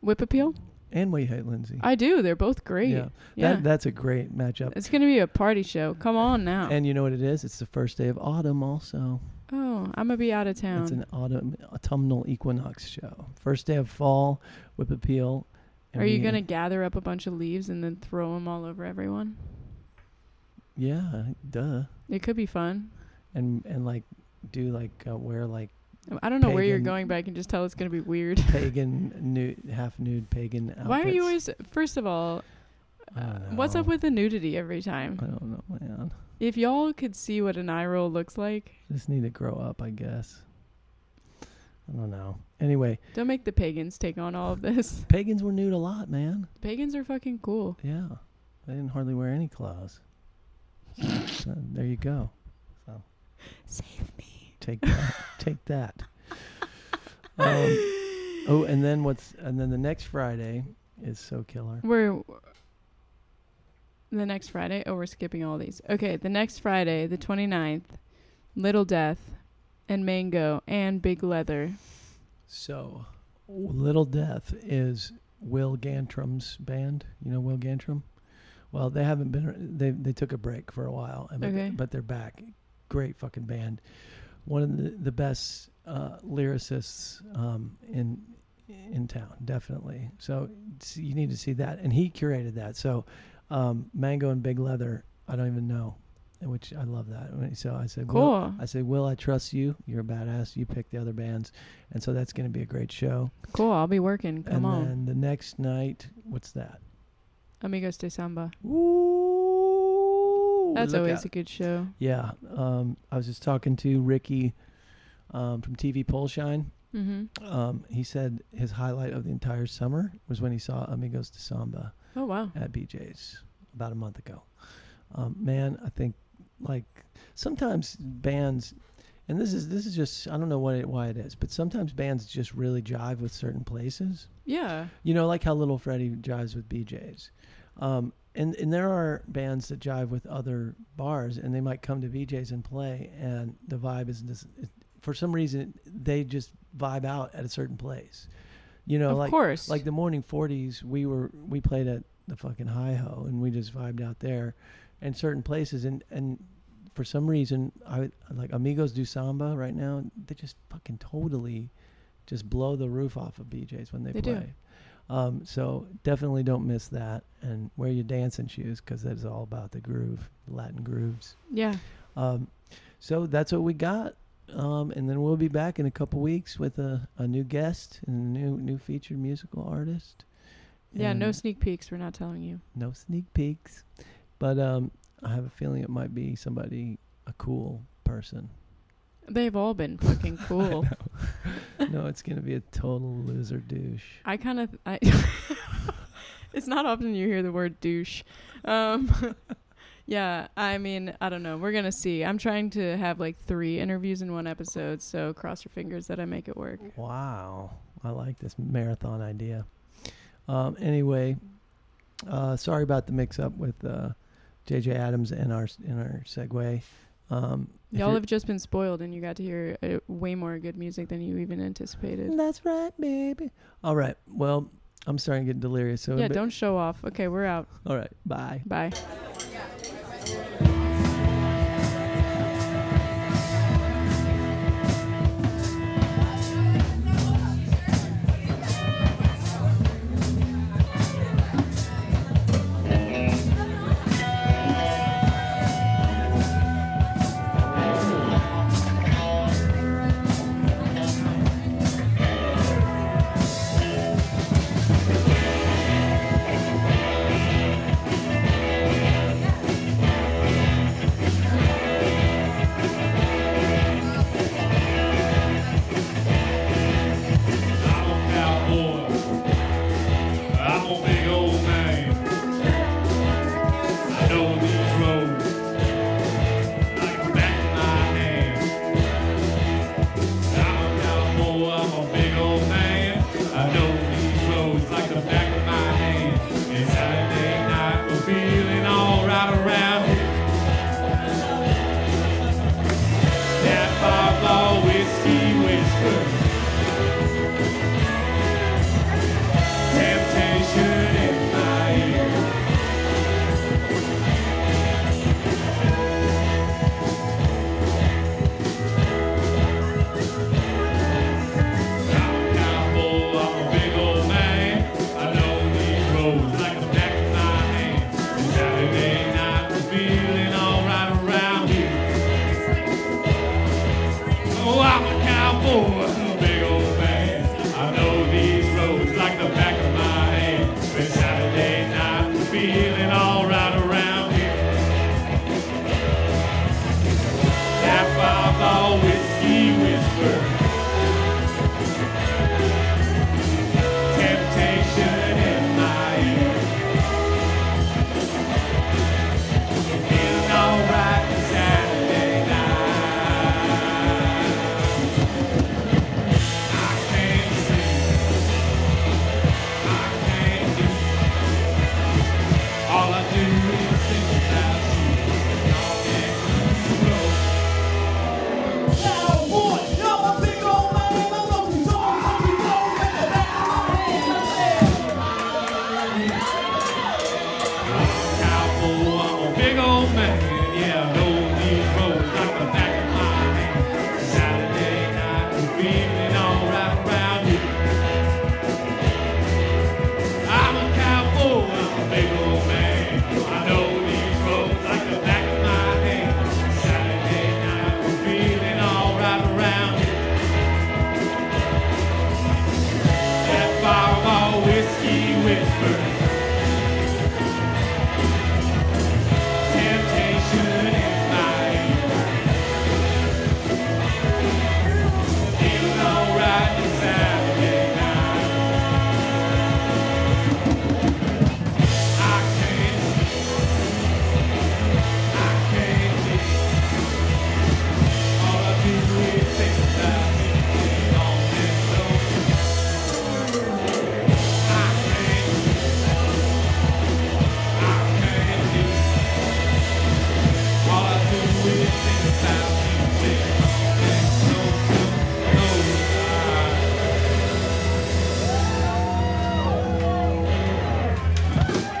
Speaker 3: Whip Appeal?
Speaker 2: And Wade Hate Lindsay.
Speaker 3: I do. They're both great.
Speaker 2: Yeah.
Speaker 3: Yeah.
Speaker 2: That, that's a great matchup.
Speaker 3: it's going to be a party show. Come on now.
Speaker 2: And you know what it is? It's the first day of autumn, also.
Speaker 3: oh, I'm going to be out of town.
Speaker 2: It's an autumn autumnal equinox show. First day of fall, whip appeal. and
Speaker 3: Are you
Speaker 2: we-
Speaker 3: going to gather up a bunch of leaves and then throw them all over everyone?
Speaker 2: Yeah, I think- duh.
Speaker 3: It could be fun.
Speaker 2: And and like do like uh, wear like
Speaker 3: Um, I don't know where you're
Speaker 2: Pagan-
Speaker 3: going, but I can just tell it's gonna
Speaker 2: <laughs>
Speaker 3: be weird.
Speaker 2: pagan nude, half nude pagan outfits.
Speaker 3: Why are you always? First of all,
Speaker 2: Oh, I
Speaker 3: uh,
Speaker 2: don't
Speaker 3: what's up
Speaker 2: know.
Speaker 3: with the nudity every time?
Speaker 2: I don't know, man.
Speaker 3: If y'all could see what an eye roll looks like,
Speaker 2: Just need to grow up, I guess. I don't know. Anyway,
Speaker 3: don't make the pagans take on all of this. <laughs>
Speaker 2: pagans were nude a lot, man.
Speaker 3: pagans are fucking cool.
Speaker 2: Yeah, they didn't hardly wear any clothes. so uh, there you go. So
Speaker 3: Save me.
Speaker 2: take
Speaker 3: <laughs>
Speaker 2: that. take that. Um, oh, and then what's and then the next Friday is so killer.
Speaker 3: We're the next Friday. Oh, we're skipping all these. Okay, the next Friday, the 29th, Little Death and Mango and Big Leather.
Speaker 2: So Little Death is Will Gantram's band. You know Will Gantram? Well, they haven't been they they took a break for a while, and but,
Speaker 3: Okay.
Speaker 2: but they're back. Great fucking band. One of the, the best uh, lyricists um, in in town, definitely. So s- you need to see that, and he curated that. So um, Mango and Big Leather, I don't even know, which I love that. So I said, Will,
Speaker 3: Cool.
Speaker 2: I say, Will, I trust you. You're a badass. You pick the other bands. And so that's going to be a great show.
Speaker 3: Cool. I'll be working. Come
Speaker 2: and
Speaker 3: on.
Speaker 2: then the next night, what's that?
Speaker 3: Amigos de Samba.
Speaker 2: Ooh,
Speaker 3: That's
Speaker 2: look
Speaker 3: always
Speaker 2: out.
Speaker 3: a good show.
Speaker 2: Uh, Yeah. Um, I was just talking to Ricky um, from TV Poleshine.
Speaker 3: Mm-hmm.
Speaker 2: Um, he said his highlight of the entire summer was when he saw Amigos de Samba
Speaker 3: Oh, wow.
Speaker 2: at BJ's about a month ago. Um, man, I think like sometimes bands, and this is this is just I don't know what it, why it is, but sometimes bands just really jive with certain places.
Speaker 3: Yeah.
Speaker 2: You know, like how Little Freddie jives with BJ's, um, and and there are bands that jive with other bars, and they might come to BJ's and play, and the vibe is this. It, for some reason, they just vibe out at a certain place. You know,
Speaker 3: of
Speaker 2: like
Speaker 3: course.
Speaker 2: like the morning 40s we were we played at the fucking hi ho and we just vibed out there and certain places and and for some reason i like amigos do samba right now they just fucking totally just blow the roof off of bjs when they,
Speaker 3: They do.
Speaker 2: play um so definitely don't miss that and wear your dancing shoes because that is all about the groove latin grooves
Speaker 3: yeah.
Speaker 2: um so that's what we got um, and then we'll be back in a couple weeks with a, a new guest and a new new featured musical artist.
Speaker 3: Yeah. No
Speaker 2: And
Speaker 3: sneak peeks. We're not telling you.
Speaker 2: no sneak peeks, but um, I have a feeling it might be somebody a cool
Speaker 3: <laughs>
Speaker 2: person.
Speaker 3: They've all been fucking
Speaker 2: <laughs>
Speaker 3: cool.
Speaker 2: no, it's gonna be a total loser douche.
Speaker 3: I kind of I <laughs> It's not often you hear the word douche. Um <laughs> yeah, I mean, I don't know. We're going to see. I'm trying to have like 3 interviews in one episode, so cross your fingers that I make it work.
Speaker 2: Wow, I like this marathon idea. Um, anyway, uh, sorry about the mix-up with uh, JJ Adams and our in our segue. Um, if
Speaker 3: Y'all
Speaker 2: you're-
Speaker 3: have just been spoiled and you got to hear uh, way more good music than you even anticipated.
Speaker 2: That's right, baby. All right. Well, I'm starting to get delirious. So
Speaker 3: Yeah,
Speaker 2: but-
Speaker 3: don't show off. Okay, we're out.
Speaker 2: All right. Bye.
Speaker 3: Bye.
Speaker 6: Thank
Speaker 1: Oh,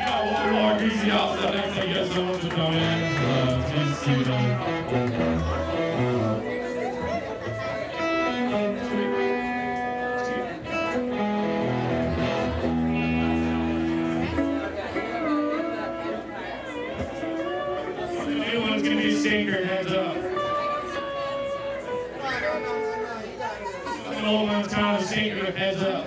Speaker 1: jag så länge jag står till dagen för till sidan. Anyone's gonna be a singer, hands up. An old man's trying to sing your heads up.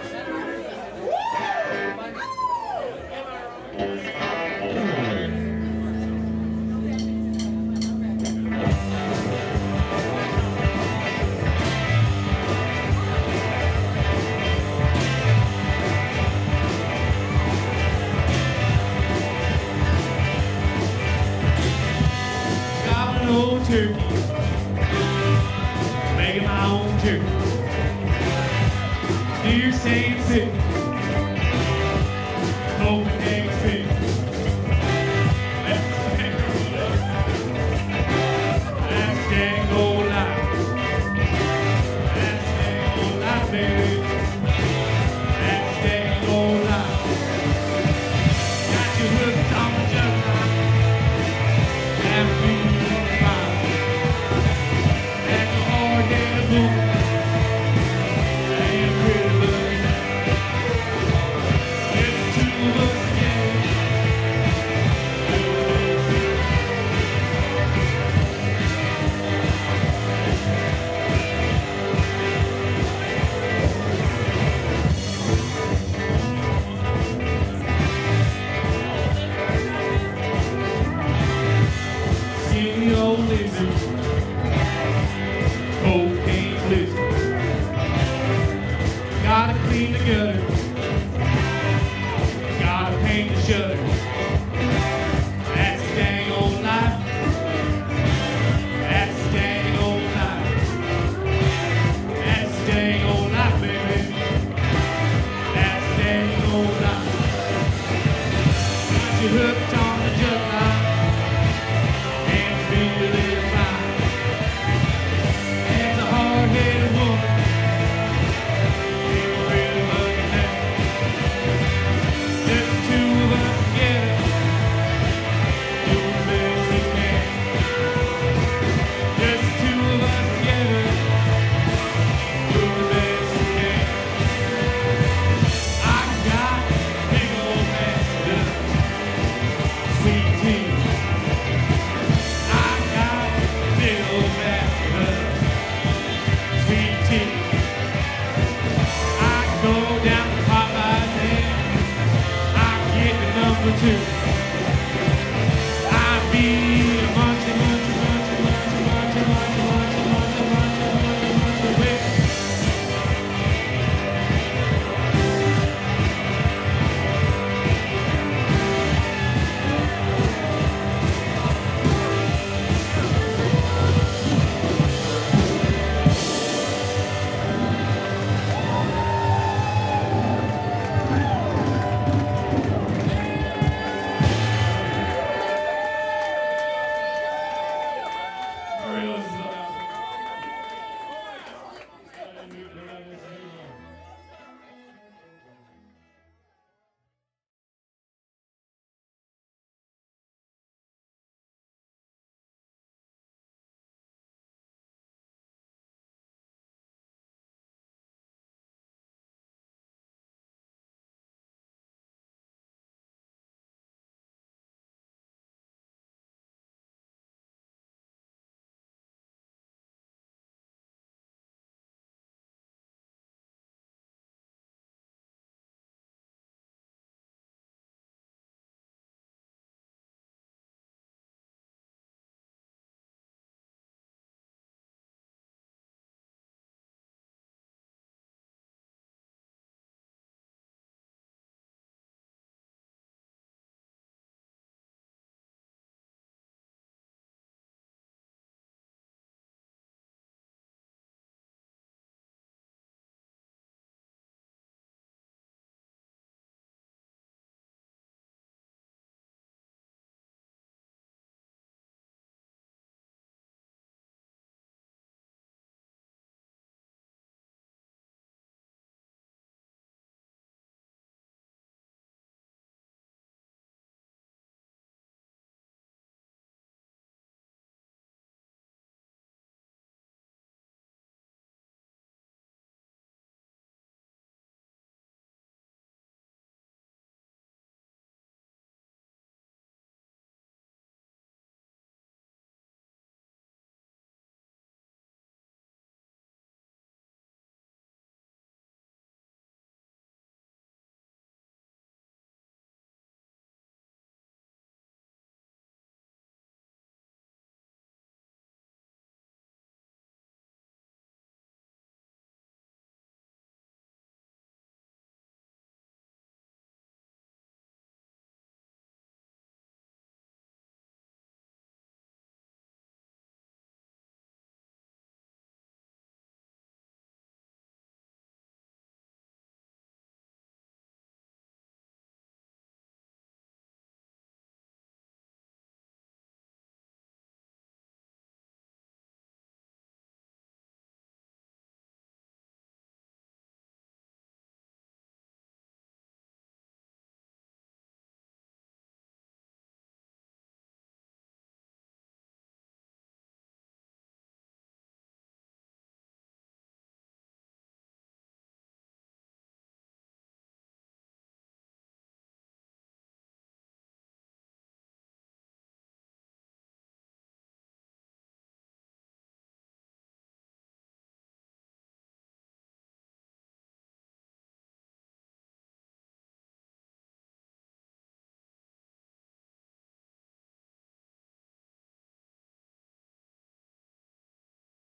Speaker 1: Got an old turkey. Making my own turkey. Do your same thing.